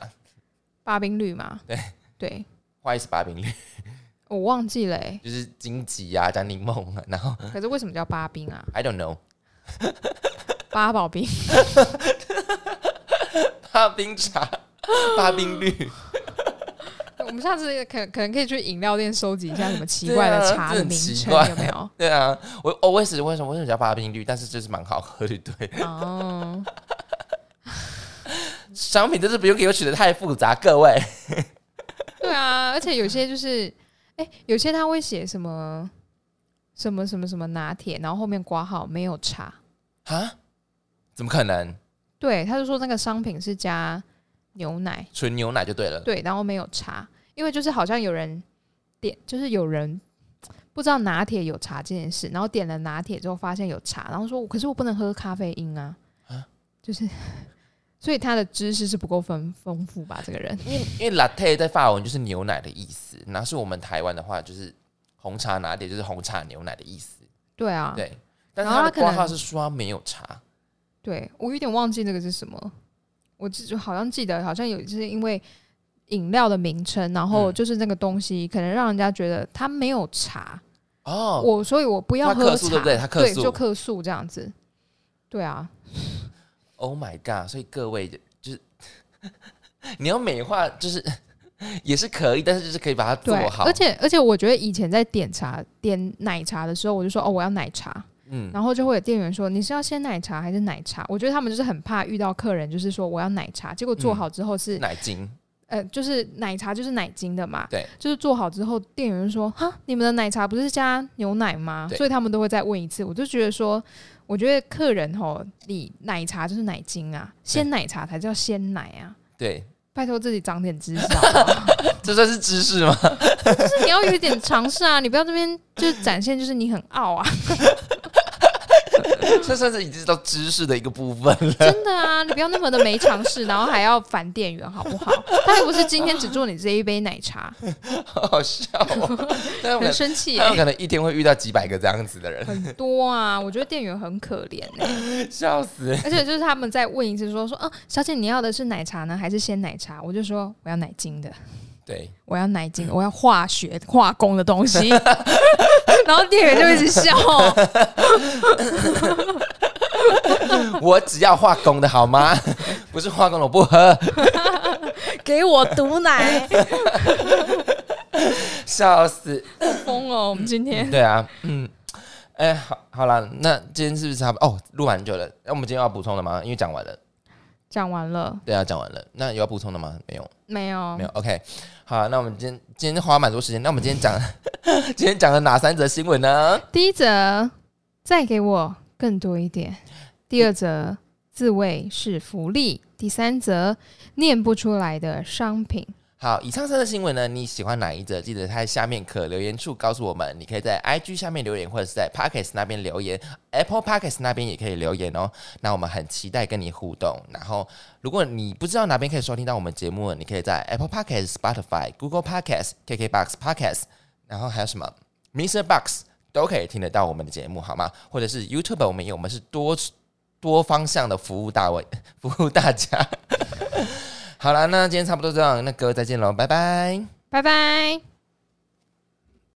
Speaker 2: 八冰绿嘛。对对，
Speaker 1: 花一是八冰绿，
Speaker 2: 我忘记了、欸。
Speaker 1: 就是荆棘啊加柠檬啊，然后
Speaker 2: 可是为什么叫八冰啊？
Speaker 1: I don't know
Speaker 2: 八 宝冰
Speaker 1: 八冰茶、 八冰绿，
Speaker 2: 我们下次可可能可以去饮料店收集一下什么奇怪的
Speaker 1: 对啊
Speaker 2: 茶
Speaker 1: 这
Speaker 2: 的
Speaker 1: 很
Speaker 2: 名
Speaker 1: 奇
Speaker 2: 称，
Speaker 1: 怪
Speaker 2: 有没有？
Speaker 1: 对啊，我哦我也是为什么为什么叫八冰绿，但是就是蛮好喝的，对，
Speaker 2: 哦，
Speaker 1: 商品真是不用给我取得太复杂，各位，
Speaker 2: 对啊，而且有些就是，哎、有些他会写什么什么什么什么拿铁，然后后面挂号没有茶。
Speaker 1: 啊，怎么可能？
Speaker 2: 对，他就说那个商品是加牛奶，
Speaker 1: 纯牛奶就对了，
Speaker 2: 对，然后没有茶，因为就是好像有人点，就是有人不知道拿铁有茶这件事，然后点了拿铁之后发现有茶，然后说可是我不能喝咖啡因啊， 就是，所以他的知识是不够丰丰富吧？这个人，
Speaker 1: 因为因为 latte 在法文就是牛奶的意思，那是我们台湾的话就是红茶拿铁，就是红茶牛奶的意思。
Speaker 2: 对啊，
Speaker 1: 对，但是
Speaker 2: 然后
Speaker 1: 它
Speaker 2: 它
Speaker 1: 的
Speaker 2: 可
Speaker 1: 挂
Speaker 2: 能
Speaker 1: 号是说它没有茶，
Speaker 2: 对我有点忘记这个是什么，我只就好像记得，好像有就是因为饮料的名称，然后
Speaker 1: 嗯
Speaker 2: 就是那个东西可能让人家觉得它没有茶，
Speaker 1: 哦，
Speaker 2: 我所以我不要
Speaker 1: 它
Speaker 2: 喝
Speaker 1: 克
Speaker 2: 茶，
Speaker 1: 数对不对？它克
Speaker 2: 对，
Speaker 1: 数
Speaker 2: 就克数这样子。对啊，
Speaker 1: ，Oh my god！所以各位就是 你要美化，就是也是可以，但是就是可以把它
Speaker 2: 对
Speaker 1: 做，好。
Speaker 2: 而且而且我觉得以前在点茶点奶茶的时候，我就说哦我要奶茶，
Speaker 1: 嗯，
Speaker 2: 然后就会有店员说你是要鲜奶茶还是奶茶？我觉得他们就是很怕遇到客人就是说我要奶茶，结果做
Speaker 1: 嗯
Speaker 2: 好之后是、
Speaker 1: 奶精
Speaker 2: 呃就是奶茶就是奶精的嘛，
Speaker 1: 对，
Speaker 2: 就是做好之后，店员就说：“哈，你们的奶茶不是加牛奶吗？”
Speaker 1: 对
Speaker 2: 所以他们都会再问一次。我就觉得说，我觉得客人吼，你奶茶就是奶精啊，鲜奶茶才叫鲜奶啊。
Speaker 1: 对，
Speaker 2: 拜托自己长点知识好不好，
Speaker 1: 这算是知识吗？
Speaker 2: 就是 你要有一点尝试啊！你不要这边就是展现就是你很傲啊，
Speaker 1: 这算是已经知道知识的一个部分了。
Speaker 2: 真的啊！你不要那么的没尝试，然后还要烦店员好不好？他又不是今天只做你这一杯奶 茶，
Speaker 1: 好好笑、 哦，但是我
Speaker 2: 很
Speaker 1: 们
Speaker 2: 生气、
Speaker 1: 他们
Speaker 2: 欸，
Speaker 1: 可能一天会遇到几百个这样子的人，
Speaker 2: 很多啊！我觉得店员很可怜欸
Speaker 1: 嗯笑死！
Speaker 2: 而且就是他们在问一次说说，嗯，小姐你要的是奶茶呢，还是鲜奶茶？我就说我要奶精的，
Speaker 1: 对，
Speaker 2: 我要奶精的，我要化学化工的 东西。然后店员就一直笑，
Speaker 1: 我只要化工的好吗？ 不是化工的我不喝，
Speaker 2: 给我毒奶，
Speaker 1: 笑死！
Speaker 2: 疯哦！我们今天
Speaker 1: 对啊，嗯，哎、好，好了，那今天是不是差不多？哦，录蛮久了，那我们今天有要补充的吗？因为讲完了，
Speaker 2: 讲完了
Speaker 1: 对啊，讲完了，那有要补充的吗？没有，
Speaker 2: 没有？
Speaker 1: 没有。OK，好，那我们今天今天花蛮多时间，那我们今天讲， 今天讲了哪三则新闻呢？
Speaker 2: 第一则，再给我更多一点。第二则，自卫是福利。第三则，念不出来的商品。
Speaker 1: 好，以上三则新闻呢，你喜欢哪一则？记得在下面可留言处告诉我们。你可以在 IG 下面留言，或者是在 Pockets 那边留言，Apple Pockets 那边也可以留言哦。那我们很期待跟你互动。然后，如果你不知道哪边可以收听到我们节目，你可以在 Apple Pockets、Spotify、Google Pockets、KKBox Pockets，然后还有什么 Mr. Box 都可以听得到我们的节目，好吗？或者是 YouTube，我们也有我们 是多多方向的服务大位，服务大家。好了，那今天差不多这样，那各位再见喽，拜拜。
Speaker 2: 拜拜。